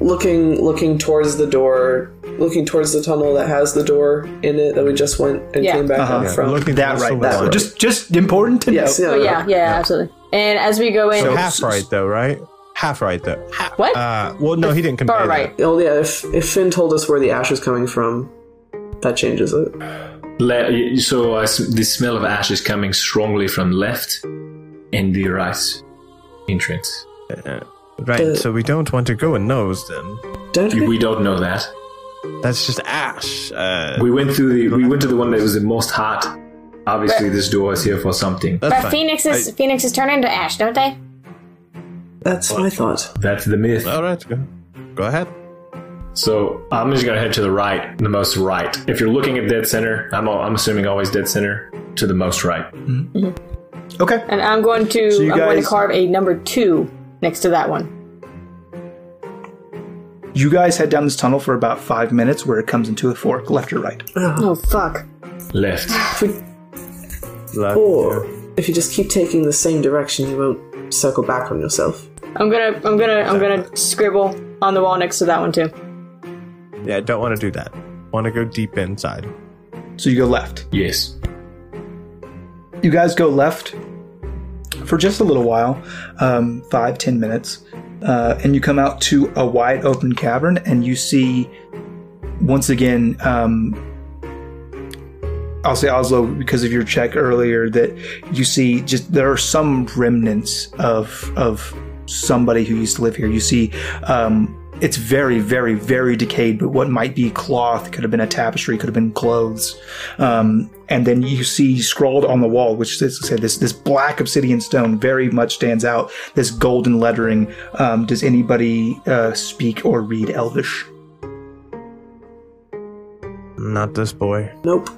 S5: Looking, looking towards the door, looking towards the tunnel that has the door in it that we just went and
S7: Yeah.
S5: came back out
S6: Uh-huh. Yeah,
S5: from.
S6: looking
S1: That
S6: towards
S1: right.
S6: the
S1: That
S6: wall.
S1: right. Just just important to
S5: yes,
S1: know.
S5: yeah,
S7: Oh, yeah, yeah, absolutely. And as we go in,
S6: so half right though right half right though Ha-
S7: what?
S6: uh well no he didn't convey
S7: Far
S6: that.
S7: right.
S5: Oh yeah. If if Finn told us where the ash is coming from, that changes it.
S4: Le- so I s the smell of ash is coming strongly from left and the rice entrance.
S6: Uh, Right,
S5: The-
S6: so we don't want to go in those then.
S5: Don't we?
S4: We don't know that.
S6: That's just ash. Uh,
S4: We went through the we went to the one that was the most hot. Obviously, this door is here for something.
S6: that's
S2: But
S6: fine.
S2: phoenixes,
S6: I-
S2: phoenixes turn into ash, don't they?
S5: That's my thought.
S4: That's the myth.
S6: all right, go, go ahead.
S4: So I'm just gonna head to the right, the most right. If you're looking at dead center, I'm I'm assuming always dead center to the most right.
S1: Okay.
S7: And I'm going to
S1: So you
S7: I'm going
S1: guys-
S7: to carve a number two next to that one.
S1: You guys head down this tunnel for about five minutes where it comes into a fork, left or right.
S7: Oh fuck.
S4: Left.
S6: Left,
S5: Or if you just keep taking the same direction, you won't circle back on yourself.
S7: I'm gonna I'm gonna I'm gonna scribble on the wall next to that one
S1: [LAUGHS]
S7: too.
S6: yeah. yeah, don't want to do that. Want to go deep inside.
S1: So you go left.
S4: Yes.
S1: You guys go left for just a little while, um, five, ten minutes, uh, and you come out to a wide open cavern, and you see once again. Um, I'll say Oslo because of your check earlier that you see just there are some remnants of of somebody who used to live here. You see, um, it's very, very, very decayed, but what might be cloth could have been a tapestry, could have been clothes. Um, and then you see scrawled on the wall, which is said this this black obsidian stone very much stands out. This golden lettering. Um, does anybody uh, speak or read Elvish?
S6: Not this boy.
S5: Nope.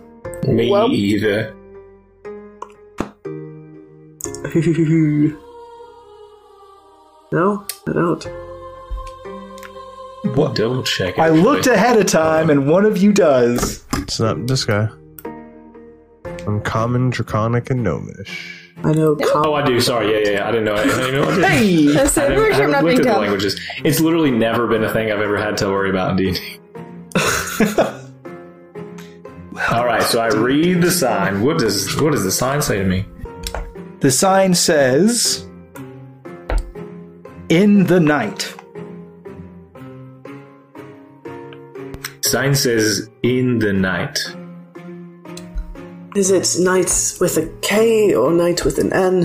S4: Me either.
S5: no, [LAUGHS] I don't.
S1: What?
S4: Double check.
S1: I
S4: actually.
S1: looked ahead of time, and one of you does.
S6: It's not this guy. I'm common, draconic, and gnomish.
S5: I know.
S4: Oh,
S5: Cal-
S4: I do. Sorry. Yeah, yeah. yeah. I didn't know. I didn't even know what to-
S1: Hey.
S7: That's
S4: I
S7: it.
S4: haven't-
S7: We're
S4: I
S7: sure
S4: haven't
S7: not
S4: looked
S7: being
S4: at the
S7: dumb.
S4: languages. It's literally never been a thing I've ever had to worry about in D&D. All right, so I read the sign. What does what does the sign say to me?
S1: The sign says, "In the night."
S4: Sign says in the night.
S5: Is it knights with a K or knight with an N?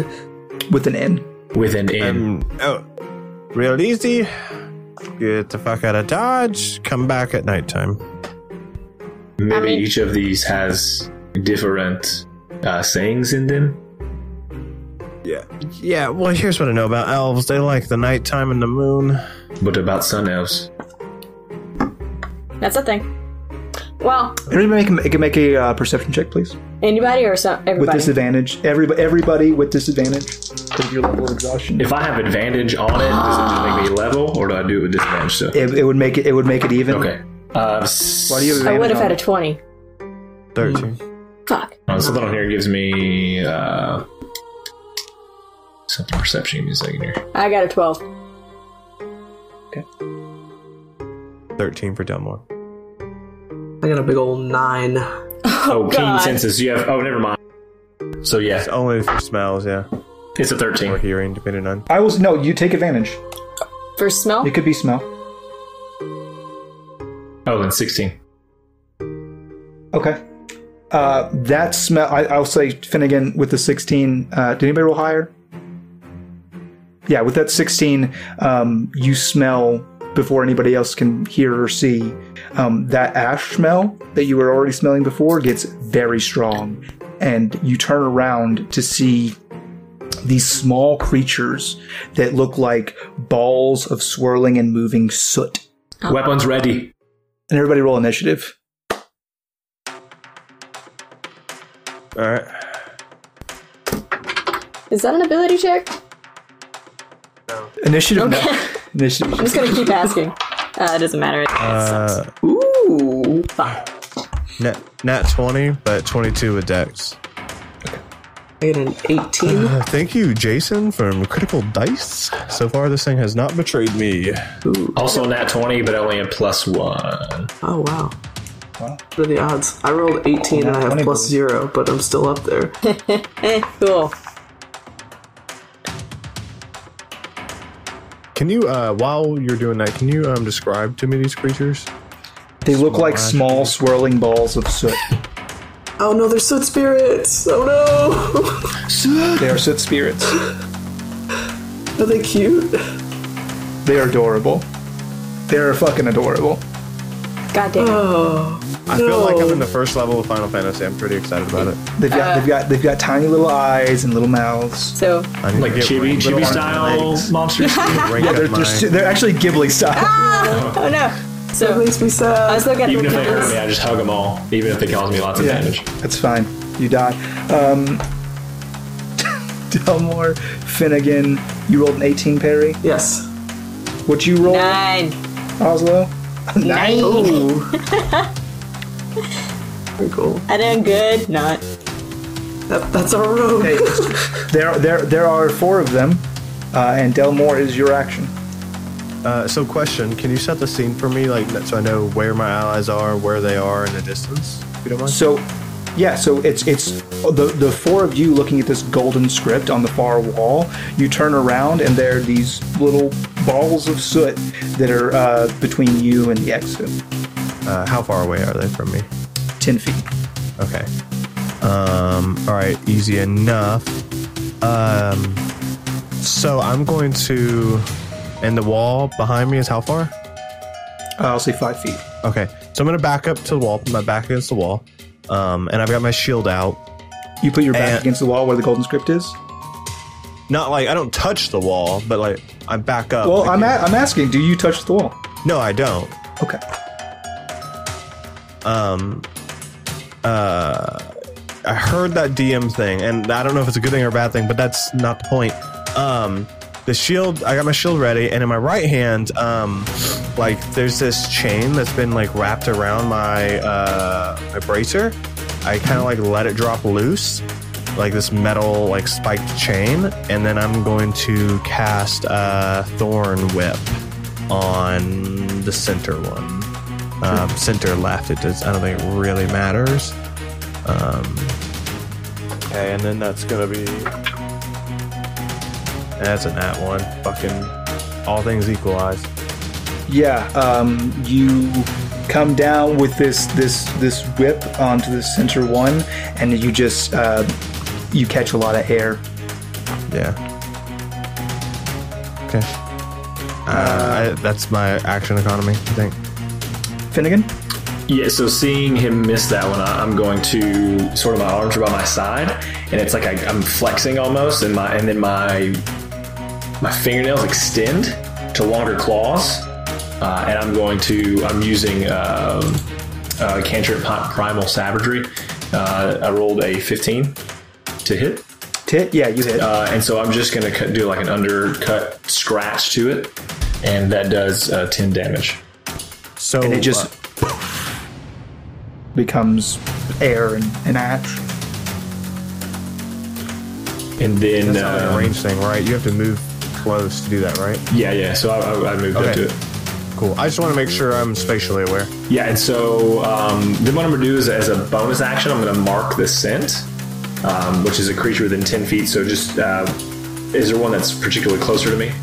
S1: With an N.
S4: With an in.
S6: Um, oh, real easy. Get the fuck out of Dodge. Come back at nighttime.
S4: Maybe
S7: mean-
S4: each of these has different uh, sayings in them.
S6: Yeah. Yeah, well, here's what I know about elves. They like the nighttime and the moon.
S4: What about sun elves?
S7: That's a thing. Well,
S1: Everybody can make, can make a uh, perception check, please,
S7: anybody or some
S1: with
S7: everybody.
S1: disadvantage. Everybody, everybody with disadvantage because of your level of exhaustion.
S4: If I have advantage on it, does it just make me level, or do I do it with disadvantage? So
S1: it, it would make it. It would make it even.
S4: okay. Uh,
S1: Why do you have
S7: I
S1: advantage
S7: would have
S1: on
S7: had a
S1: it?
S7: twenty.
S6: 13.
S7: Fuck.
S4: Uh, something on here gives me uh, something perception. Give me a second here.
S7: I got a twelve.
S6: 13 for Delmore.
S5: I got a big old nine.
S4: Oh,
S7: God.
S4: keen senses. You have. Oh, never mind. So yeah,
S6: It's only for smells, yeah.
S4: it's a
S6: Or
S4: thirteen.
S6: hearing, depending on.
S1: I will. No, you take advantage.
S7: For smell?
S1: It could be smell.
S4: Oh, then sixteen.
S1: Okay. Uh, that smell. I, I'll say Finnegan with the sixteen. Uh, did anybody roll higher? Yeah, with that sixteen, um, you smell before anybody else can hear or see. Um, that ash smell that you were already smelling before gets very strong, and you turn around to see these small creatures that look like balls of swirling and moving soot.
S4: Weapons ready.
S1: And everybody roll initiative.
S6: Alright.
S7: Is that an ability check?
S1: Initiative. no. Initiative.
S7: [LAUGHS] I'm just gonna
S1: [LAUGHS]
S7: keep asking. Uh, it doesn't matter.
S6: Uh,
S7: Ooh, fuck.
S6: nat, nat 20, but 22 with Dex.
S5: I got an 18.
S6: Uh, thank you, Jason, from Critical Dice. So far, this thing has not betrayed me.
S4: Also nat twenty, but only a plus one.
S5: Oh, wow. What are the odds? I rolled 18 and I have
S1: Funny
S5: plus
S1: boy.
S5: zero, but I'm still up there.
S7: Eh, cool.
S6: Can you, uh, while you're doing that, can you um, describe to me these creatures?
S1: They look like
S6: ash.
S1: small swirling balls of soot.
S5: Oh no, [LAUGHS] they're soot spirits! Oh no!
S1: They are Sith spirits.
S5: Are they cute?
S1: They are adorable. They are fucking adorable.
S7: God damn it.
S6: I feel like I'm
S5: No.
S6: in the first level of Final Fantasy. I'm pretty excited about it.
S1: They've got they've got they've got tiny little eyes and little mouths.
S7: so,
S6: I need
S4: Like
S6: to get
S4: chibi,
S6: rank-
S4: chibi
S6: little
S4: style
S6: legs.
S4: monsters.
S6: Rank
S1: Yeah,
S6: up
S1: they're
S6: my-
S1: they're, si- they're actually Ghibli style.
S7: oh no. So,
S5: Makes me sad.
S7: I was looking at
S4: Even
S7: the
S4: if they hurt me,
S7: pictures.
S4: I just hug them all. Even if they cause me lots of
S1: Yeah,
S4: damage.
S1: that's fine. You die. Um, [LAUGHS] Delmore Finnegan, you rolled an 18 parry.
S5: yes.
S1: What you roll,
S7: Nine.
S1: Oslo? [LAUGHS] Nine.
S5: Ooh. Very cool.
S7: I done good. Not.
S5: That, that's our rogue.
S1: Hey, there there there are four of them, uh, and Delmore is your action.
S6: Uh, so, question: Can you set the scene for me, like so I know where my allies are, where they are in the distance? If you don't mind.
S1: So, yeah, so it's it's the the four of you looking at this golden script on the far wall. You turn around and there are these little balls of soot that are uh, between you and the exit,
S6: uh, how far away are they from me?
S1: ten feet.
S6: Okay. Um, all right, easy enough. Um, so I'm going to, and the wall behind me is how far?
S1: Uh, I'll say five feet.
S6: Okay, so I'm gonna back up to the wall, my back against the wall, um, and I've got my shield out.
S1: You put your back
S6: And-
S1: against the wall where the golden script is.
S6: Not like I don't touch the wall, but like I back up.
S1: Well,
S6: like,
S1: I'm a- I'm asking, do you touch the wall?
S6: no, I don't.
S1: Okay.
S6: I heard that DM thing, and I don't know if it's a good thing or a bad thing, but that's not the point. Um, the shield, I got my shield ready, and in my right hand, um, like there's this chain that's been like wrapped around my uh, my bracer. I kind of like let it drop loose, like this metal like spiked chain, and then I'm going to cast uh, Thorn Whip on the center one. Um, center left. It does. I don't think it really matters. Okay, and then that's gonna be. That's a nat one. Fucking all things equalized.
S1: Yeah, um, you come down with this this this whip onto the center one, and you just uh, you catch a lot of air.
S6: Yeah. Okay. Uh, I, that's my action economy, I think.
S1: Finnegan,
S4: Yeah, so seeing him miss that one, I- I'm going to sort of my arms are by my side, and it's like I, I'm flexing almost, and my and then my my fingernails extend to longer claws, uh, and I'm going to I'm using uh, uh, cantrip Pri- primal savagery. Uh, I rolled a 15 to hit.
S1: tit, yeah, you hit.
S4: Uh, and so I'm just going to do like an undercut scratch to it, and that does uh, 10 damage.
S6: So
S1: and it just
S6: uh,
S1: becomes air and, and ash.
S4: And then
S6: that's not like
S4: uh,
S6: a range thing, right? You have to move close to do that, right?
S4: yeah, yeah. So I, I, I moved
S6: Okay.
S4: up to it.
S6: Cool. I just want to make sure I'm spatially aware.
S4: Yeah, and so um, then what I'm gonna do is, as a bonus action, I'm gonna mark the scent, um, which is a creature within ten feet. So just uh, is there one that's particularly closer to me?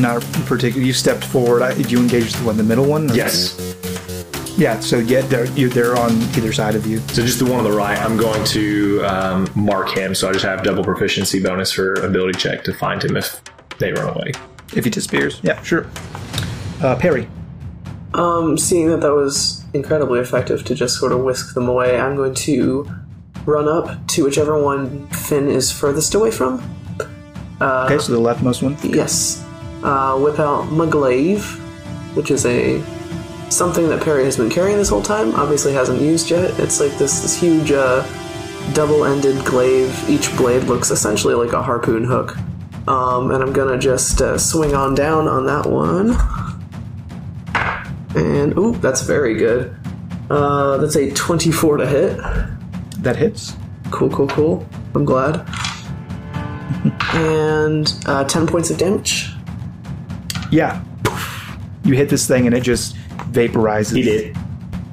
S1: Not particular. You stepped forward. I, you engaged the one, the middle one. or-
S4: Yes.
S1: Yeah. So yeah, they're you, they're on either side of you.
S4: So just the one on the right. I'm going to um, mark him. So I just have double proficiency bonus for ability check to find him if they run away.
S1: If he disappears. Yeah, sure. Uh, Perry.
S5: Um, seeing that that was incredibly effective to just sort of whisk them away, I'm going to run up to whichever one Finn is furthest away from.
S1: okay, so the leftmost one.
S5: Yes. Uh, whip out my glaive, which is a something that Perry has been carrying this whole time. Obviously hasn't used yet. It's like this, this huge uh, double-ended glaive. Each blade looks essentially like a harpoon hook. Um, and I'm gonna just uh, swing on down on that one. And ooh, that's very good. Uh, that's a 24 to hit.
S1: That hits.
S5: Cool, cool, cool. I'm glad. [LAUGHS] and uh, 10 points of damage.
S1: Yeah. You hit this thing and it just vaporizes.
S4: He did.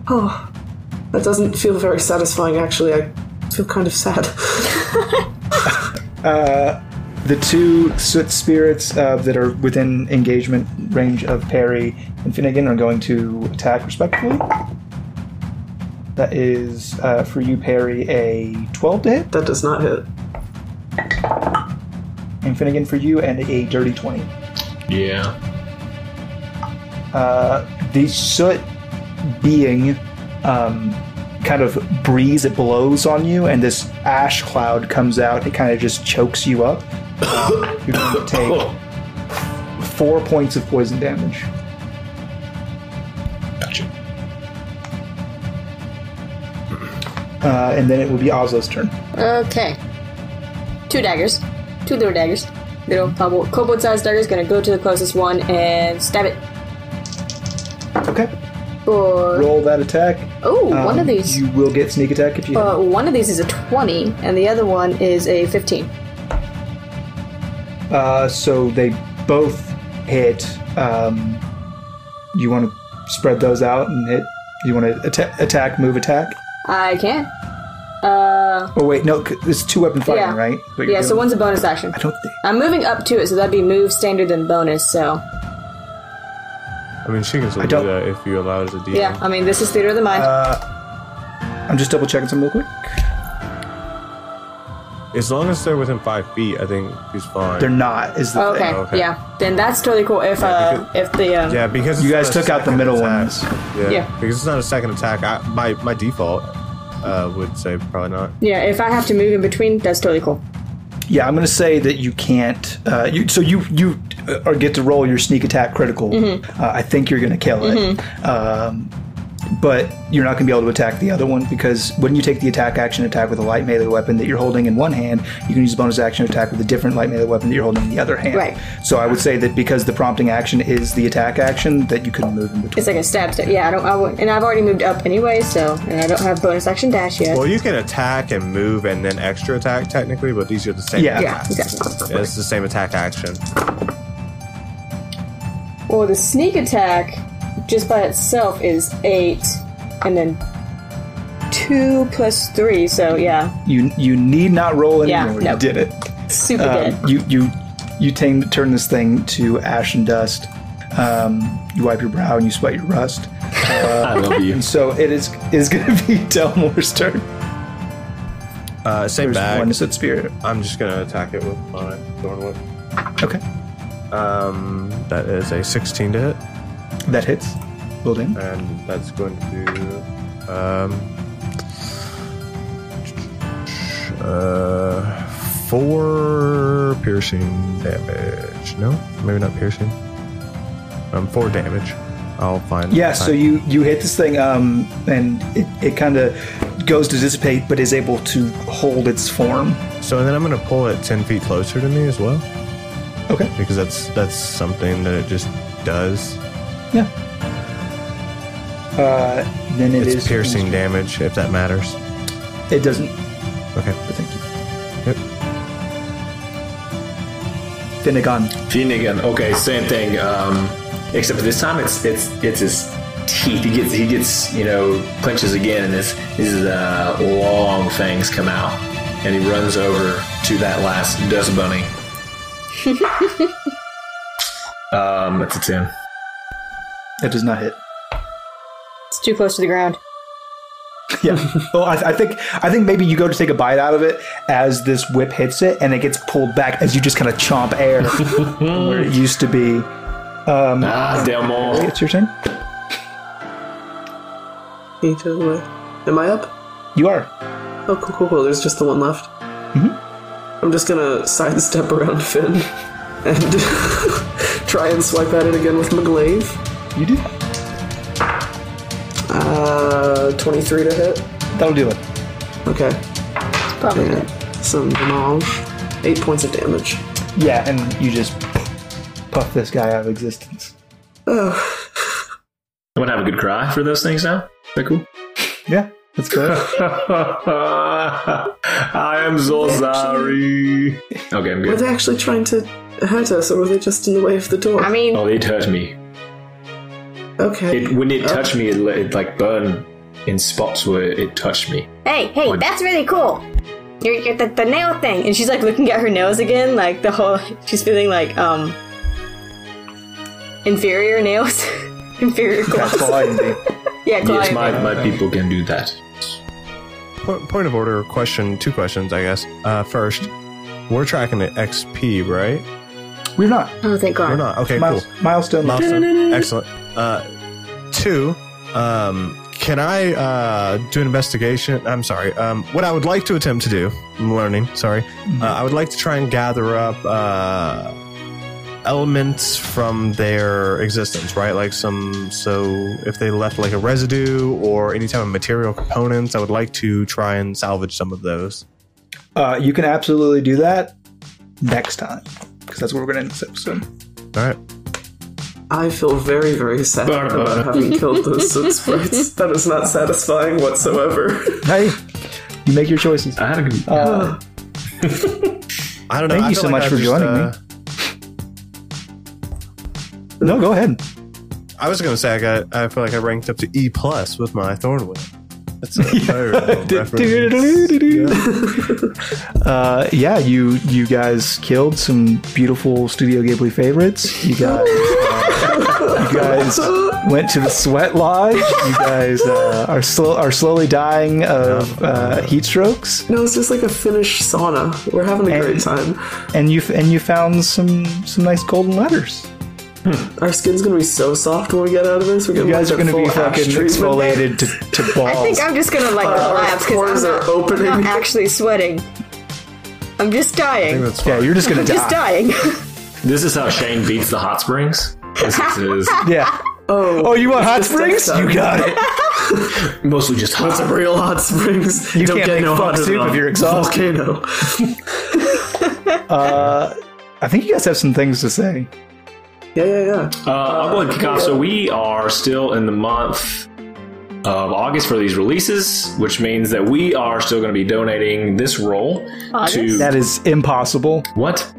S5: Oh, that doesn't feel very satisfying, actually. I feel kind of sad. [LAUGHS]
S1: The two soot spirits uh, that are within engagement range of Perry and Finnegan are going to attack respectively. That is uh, for you, Perry, a 12 to hit.
S5: that does not hit.
S1: And Finnegan for you, and a dirty 20.
S4: Yeah.
S1: Uh, the soot being um, kind of breeze, it blows on you, and this ash cloud comes out. It kind of just chokes you up. [COUGHS] You're going to take four points of poison damage.
S4: Gotcha.
S1: Uh, and then it will be Ozzo's turn.
S7: Okay. Two daggers. Two little daggers. Little cobalt, cobalt sized daggers. Gonna go to the closest one and stab it.
S1: Okay.
S7: For.
S1: Roll that attack.
S7: Oh, one
S1: Um,
S7: of these.
S1: You will get sneak attack if you hit.
S7: Uh, one of these is a 20, and the other one is a 15. Oh.
S1: Uh, so they both hit. Um, you want to spread those out and hit. You want to atta- attack, move, attack.
S7: I can.
S1: Oh wait, no, c- it's two weapon fighting,
S7: Yeah.
S1: right? What you're
S7: Yeah, so
S1: doing.
S7: one's a bonus action.
S1: I don't think.
S7: I'm moving up to it, so that'd be move, standard, and bonus, so.
S6: I mean, she can still
S1: I
S6: do
S1: don't-
S6: that if you allow it as a DM.
S7: Yeah, I mean, this is theater of the mind.
S1: I'm just double checking something real quick.
S6: As long as they're within five feet, I think she's fine.
S1: um, They're not. Is the
S7: Oh, okay,
S1: thing.
S6: okay.
S7: yeah. Then that's totally cool if, uh, if the, um,
S6: yeah, because
S1: You
S6: it's
S1: guys
S6: not a
S1: took out the
S6: second
S1: middle
S6: attack.
S1: ones.
S6: Yeah,
S7: Yeah.
S6: because it's not a second attack. I, my my default uh, would say probably not.
S7: yeah, if I have to move in between, that's totally cool.
S1: Yeah, I'm gonna say that you can't. Uh, you, so you you uh, or get to roll your sneak attack critical.
S7: Mm-hmm.
S1: Uh, I think you're gonna kill it, um, but you're not gonna be able to attack the other one because when you take the attack action attack with a light melee weapon that you're holding in one hand, you can use a bonus action attack with a different light melee weapon that you're holding in the other hand.
S7: Right.
S1: So I would say that because the prompting action is the attack action, that you couldn't move in between.
S7: It's like a stab step. Yeah, I don't, I won't, and I've already moved up anyway, so, and I don't have bonus action dash yet.
S6: Well, you can attack and move and then extra attack technically, but these are the same.
S1: Yeah.
S7: yeah,
S6: attack.
S7: exactly.
S6: Yeah, it's the same attack action.
S7: Well, the sneak attack just by itself is eight, and then two plus three. So yeah,
S1: You you need not roll
S7: Yeah,
S1: anymore.
S7: no.
S1: You did it.
S7: super
S1: Um,
S7: dead.
S1: you you you tang- turn this thing to ash and dust. Um, you wipe your brow and you sweat your rust.
S4: I love you.
S1: And so it is is [LAUGHS] going to be Delmore's turn.
S6: Uh, same
S1: There's
S6: bag.
S1: one said spirit.
S6: I'm just gonna attack it with my thorn whip.
S1: Okay,
S6: Um, that is a 16 to hit,
S1: that hits. Building.
S6: and that's going to do um, uh, four piercing damage. No, maybe not piercing. Um, four damage. I'll find.
S1: Yeah, so you you hit this thing, um, and it, it kind of goes to dissipate, but is able to hold its form.
S6: So then I'm gonna pull it 10 feet closer to me as well,
S1: Okay.
S6: because that's that's something that it just does.
S1: Yeah. Uh, then it
S6: it's
S1: is-
S6: piercing damage, if that matters.
S1: It doesn't.
S6: Okay.
S1: But thank you,
S6: Yep.
S1: Finnegan.
S4: Finnegan. Okay, same thing. Um, except this time it's it's it's his teeth. He gets he gets you know clenches again, and this these uh, long fangs come out, and he runs over to that last dust bunny. um, that's a ten.
S1: That does not hit.
S7: It's too close to the ground.
S1: Yeah. Well, I, I think I think maybe you go to take a bite out of it as this whip hits it, and it gets pulled back as you just kind of chomp air from where it used to be.
S4: Ah, Delmore.
S1: It's your turn.
S5: Can you turn away? Am I up?
S1: You are.
S5: Oh, cool, cool, cool. There's just the one left. Mm-hmm. I'm just gonna sidestep around [LAUGHS] Finn and [LAUGHS] try and swipe at it again with my glaive.
S1: You do.
S5: Uh, 23 to hit.
S1: That'll do it.
S5: Okay.
S7: Probably
S5: Yeah. Some damage. Eight points of damage.
S1: Yeah, and you just puff this guy out of existence.
S5: Oh,
S4: I want to have a good cry for those things now. They're cool.
S1: Yeah, that's [LAUGHS] good.
S4: I am so sorry. Okay, I'm
S5: were
S4: good.
S5: they actually trying to hurt us, or were they just in the way of the door?
S7: I mean,
S4: Oh, they touched me.
S5: okay.
S4: It, when it touched me, it, le- it like burned in spots where it touched me.
S7: hey, hey, that's really cool. You're, you're the, the nail thing, and she's like looking at her nails again, like the whole. She's feeling like um inferior nails, [LAUGHS] inferior claws.
S1: That's all I can do.
S7: yeah, claw
S4: Yes, my,
S7: envy.
S4: my people can do that.
S6: Point, point of order, question, two questions, I guess. Uh, first, We're tracking the XP, right?
S1: We're not.
S2: Oh, thank God.
S6: We're not. Okay,
S1: Miles-
S6: cool.
S1: Milestone.
S6: Milestone. Excellent. Uh, two, um, can I uh, do an investigation? I'm sorry. Um, what I would like to attempt to do, I'm learning, sorry. Uh, I would like to try and gather up uh, elements from their existence, right? Like some, so if they left like a residue or any type of material components, I would like to try and salvage some of those.
S1: Uh, you can absolutely do that next time because that's where we're going to end this episode.
S6: All right.
S5: I feel very, very sad
S4: Barbara.
S5: about having
S1: [LAUGHS]
S5: killed those soot sprites. That is not satisfying whatsoever.
S1: Hey, you make your choices.
S4: I had a good.
S1: Uh,
S6: I don't know.
S1: Thank
S6: I
S1: you
S6: feel
S1: so much
S6: I've uh,
S1: for joining no, go ahead.
S6: I was gonna say I got. I feel like I ranked up to E plus with my thorn whip. That's
S7: [LAUGHS]
S1: [LAUGHS]
S6: a very little reference.
S1: Uh, yeah, you you guys killed some beautiful Studio Ghibli favorites. You guys, uh, you guys went to the sweat lodge. You guys uh, are slow are slowly dying of uh, heat strokes,
S5: No, it's just like a Finnish sauna. We're having a great time.
S1: and you and you found some some nice golden letters.
S5: Our skin's gonna be so soft when we get out of this. We're gonna
S1: You guys are
S5: going to
S1: be fucking exfoliated to, to balls.
S7: I think I'm just gonna like relax
S5: pores
S7: because I'm,
S5: are
S7: not-
S5: opening.
S7: I'm not actually sweating. I'm just dying.
S6: That's
S1: yeah,
S6: fine.
S1: you're just gonna die.
S7: Just dying. [LAUGHS]
S4: This is how Shane beats the hot springs. This is
S1: Yeah. Oh, you want hot springs?
S5: stuff.
S1: You got it.
S4: mostly just hot.
S5: oh, Real hot springs.
S1: You
S5: Don't
S1: can't
S5: get
S1: make
S5: no
S1: fuck
S5: hotter
S1: soup
S5: than a
S1: if you're exhausted.
S5: Volcano.
S1: I think you guys have some things to say.
S5: Yeah, yeah, yeah.
S4: Uh, I'll go ahead and kick off. So we are still in the month of August for these releases, which means that we are still going to be donating this roll to
S1: That is impossible.
S4: what?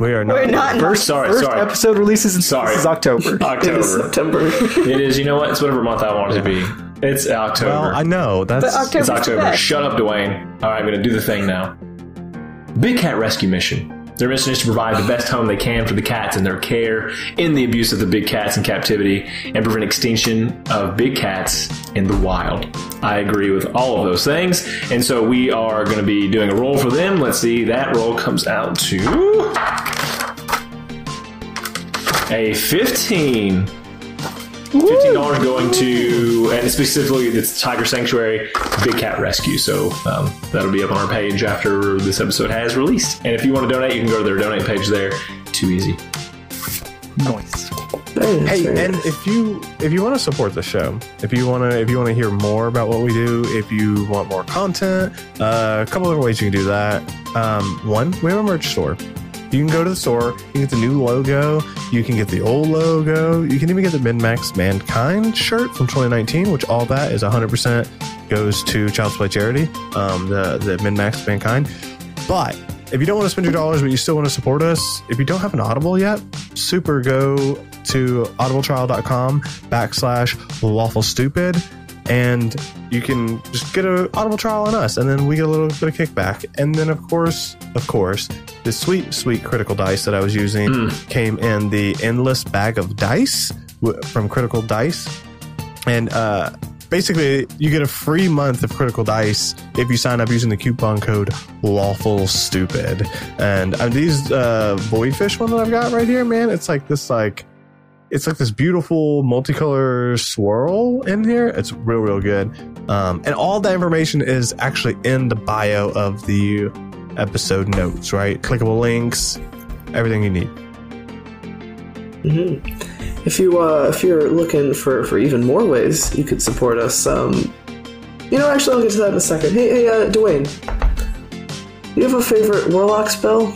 S6: we are not.
S7: We're not.
S1: First,
S4: Sorry,
S1: first
S4: sorry.
S1: episode releases in
S4: Sorry.
S1: this is [LAUGHS] October.
S5: It is
S4: October.
S5: September. [LAUGHS]
S4: it is. You know what? It's whatever month I want it to be. It's October.
S6: Well, I know that's.
S7: But October.
S4: It's October. Shut up, Dwayne. All right, I'm going to do the thing now. Big Cat Rescue Mission. Their mission is to provide the best home they can for the cats in their care, in the abuse of the big cats in captivity, and prevent extinction of big cats in the wild. I agree with all of those things, and so we are going to be doing a roll for them. Let's see, that roll comes out to a 15. Fifteen dollars going to, and specifically it's Tiger Sanctuary, Big Cat Rescue. So um, that'll be up on our page after this episode has released. And if you want to donate, you can go to their donate page there. Too easy.
S1: Noise.
S5: Very nice, very
S6: Hey,
S5: nice.
S6: and if you if you want to support the show, if you want to if you want to hear more about what we do, if you want more content, uh, a couple of ways you can do that. Um, one, we have a merch store. You can go to the store. You can get the new logo. You can get the old logo. You can even get the Min Max Mankind shirt from 2019, which all that is 100% goes to Child's Play Charity, um, the, the Min Max Mankind. But if you don't want to spend your dollars, but you still want to support us, if you don't have an Audible yet, super go to audibletrial.com backslash lawful stupid and you can just get an audible trial on us and then we get a little bit of kickback and then of course of course the sweet sweet critical dice that i was using came in the endless bag of dice w- from critical dice and uh, basically, you get a free month of Critical Dice if you sign up using the coupon code Lawful Stupid. And uh, these uh, Voidfish one that I've got right here, man, it's like this like it's like this beautiful multicolor swirl in here. It's real, real good. Um, and all that information is actually in the bio of the episode notes, right? Clickable links, everything you need.
S5: If you uh, if you're looking for, for even more ways you could support us, um, you know, actually I'll get to that in a second. Hey, hey, uh, Dwayne, you have a favorite warlock spell?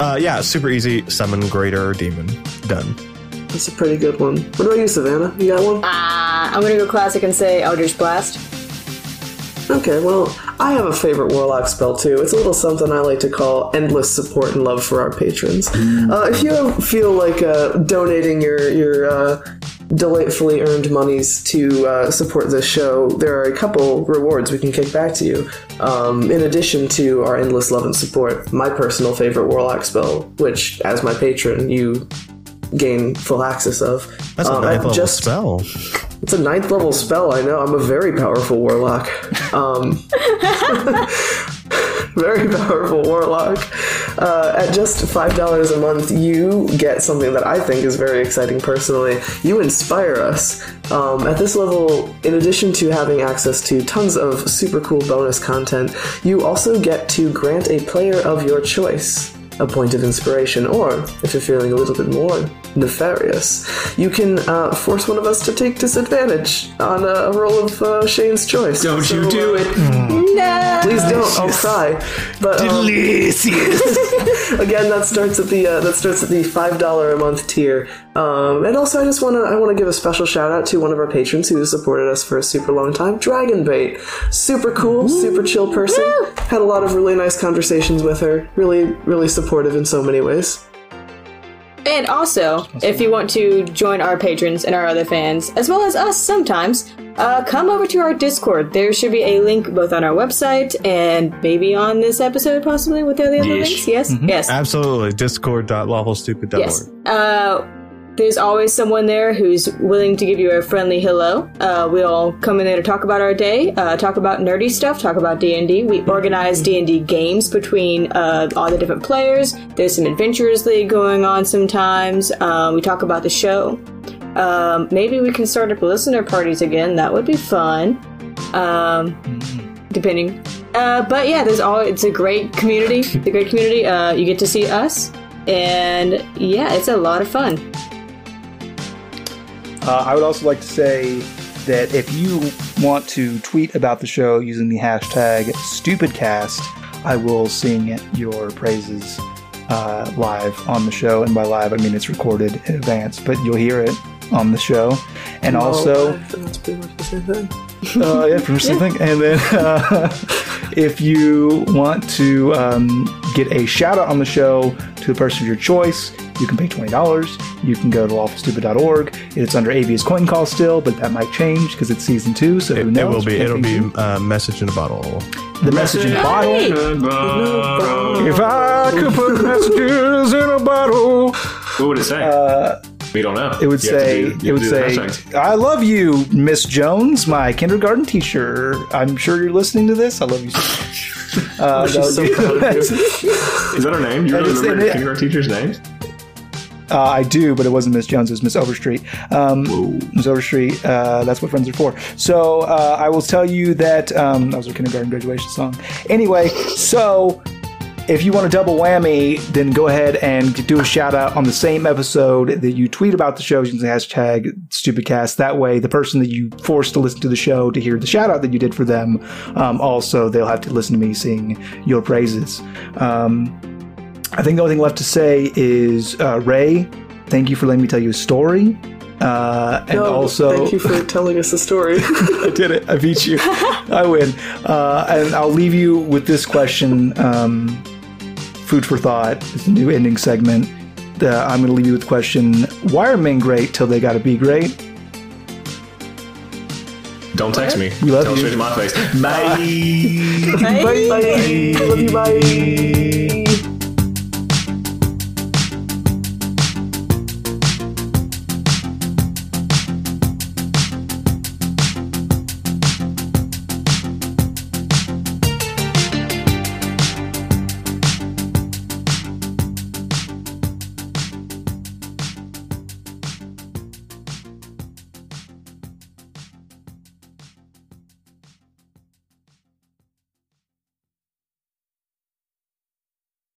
S6: Uh, yeah, super easy. Summon greater demon. Done.
S5: That's a pretty good one. What about you, Savannah? You got one?
S7: Uh, I'm gonna go classic and say Eldritch Blast.
S5: Okay, well, I have a favorite warlock spell too. It's a little something I like to call endless support and love for our patrons.
S6: Mm.
S5: Uh, if you feel like uh, donating your your uh, delightfully earned monies to uh, support this show, there are a couple rewards we can kick back to you. Um, in addition to our endless love and support, my personal favorite warlock spell, which as my patron you gain full access of.
S6: That's a
S5: Um,
S6: ninth
S5: I've
S6: level spell.
S5: it's a ninth level spell. I know. I'm a very powerful warlock. Um, very powerful warlock. Uh, at just $5 a month, you get something that I think is very exciting personally. You inspire us. Um, at this level, in addition to having access to tons of super cool bonus content, you also get to grant a player of your choice a point of inspiration, or if you're feeling a little bit more nefarious, you can uh, force one of us to take disadvantage on a, a roll of uh, Shane's choice.
S4: Don't you do it.
S7: No.
S5: Please don't. I'll cry. But um, again, that starts at the uh, that starts at the five dollar a month tier. Um, and also, I just want to I want to give a special shout out to one of our patrons who supported us for a super long time, Dragon Bait. Super cool, super chill person. Had a lot of really nice conversations with her. Really, really supportive in so many ways.
S7: And also, if you want to join our patrons and our other fans, as well as us sometimes, uh, come over to our Discord. There should be a link both on our website and maybe on this episode, possibly with the other
S4: Yes.
S7: links. Yes, yes,
S6: Absolutely. Discord.lawfulstupid.org.
S7: yes. Uh, there's always someone there who's willing to give you a friendly hello. Uh, we all come in there to talk about our day, uh, talk about nerdy stuff, talk about D and D. We organize D and D games between uh, all the different players. There's some adventures league going on sometimes. Uh, we talk about the show. Um, maybe we can start up listener parties again. That would be fun. Um, depending. Uh, but yeah, there's all. It's a great community. It's a great community. Uh, you get to see us, and yeah, it's a lot of fun.
S1: Uh, I would also like to say that if you want to tweet about the show using the hashtag stupidcast, I will sing your praises uh, live on the show. And by live, I mean it's recorded in advance, but you'll hear it on the show. And also,
S5: Oh, I think that's pretty much the same thing.
S1: uh, yeah, pretty much the same thing. And then [LAUGHS] uh, if you want to um, get a shout out on the show to the person of your choice, you can pay $20. You can go to lawfulstupid.org. It's under AB's coin call still, but that might change because it's season two. So who
S6: It, it
S1: knows?
S6: will be.
S1: We'll
S6: It'll be
S1: continue.
S6: uh, message in a bottle.
S1: the message in the bottle.
S3: Goodbye.
S1: If I could put messages in a bottle,
S4: What would it say? we don't know.
S1: Uh, it would say, it would say, I love you, Miss Jones, my kindergarten teacher. I'm sure you're listening to this. I love you so much. Uh, that would be- that's-
S4: Is that her name? You
S1: I
S4: really
S1: just-
S4: remember
S1: it-
S4: your kindergarten teacher's name?
S1: Uh, I do, but it wasn't Miss Jones. It was Miss Overstreet. Um, Miss Overstreet. Uh, that's what friends are for. So uh, I will tell you that um, that was a kindergarten graduation song. Anyway, so if you want a double whammy, then go ahead and do a shout out on the same episode that you tweet about the show using the hashtag stupidcast. That way, the person that you forced to listen to the show to hear the shout out that you did for them, um, also they'll have to listen to me sing your praises. Um, I think the only thing left to say is uh, Ray, thank you for letting me tell you a story. Uh, [LAUGHS] and
S5: Oh,
S1: also,
S5: thank you for telling us the story.
S1: [LAUGHS] I did it. I beat you. I win. Uh, and I'll leave you with this question. Um, food for thought. It's a new ending segment. Uh, I'm going to leave you with the question: Why are men great till they got to be great?
S4: Don't text me.
S1: We love
S4: Tell
S1: you.
S4: straight to my face. Bye.
S5: bye. Love you. Bye.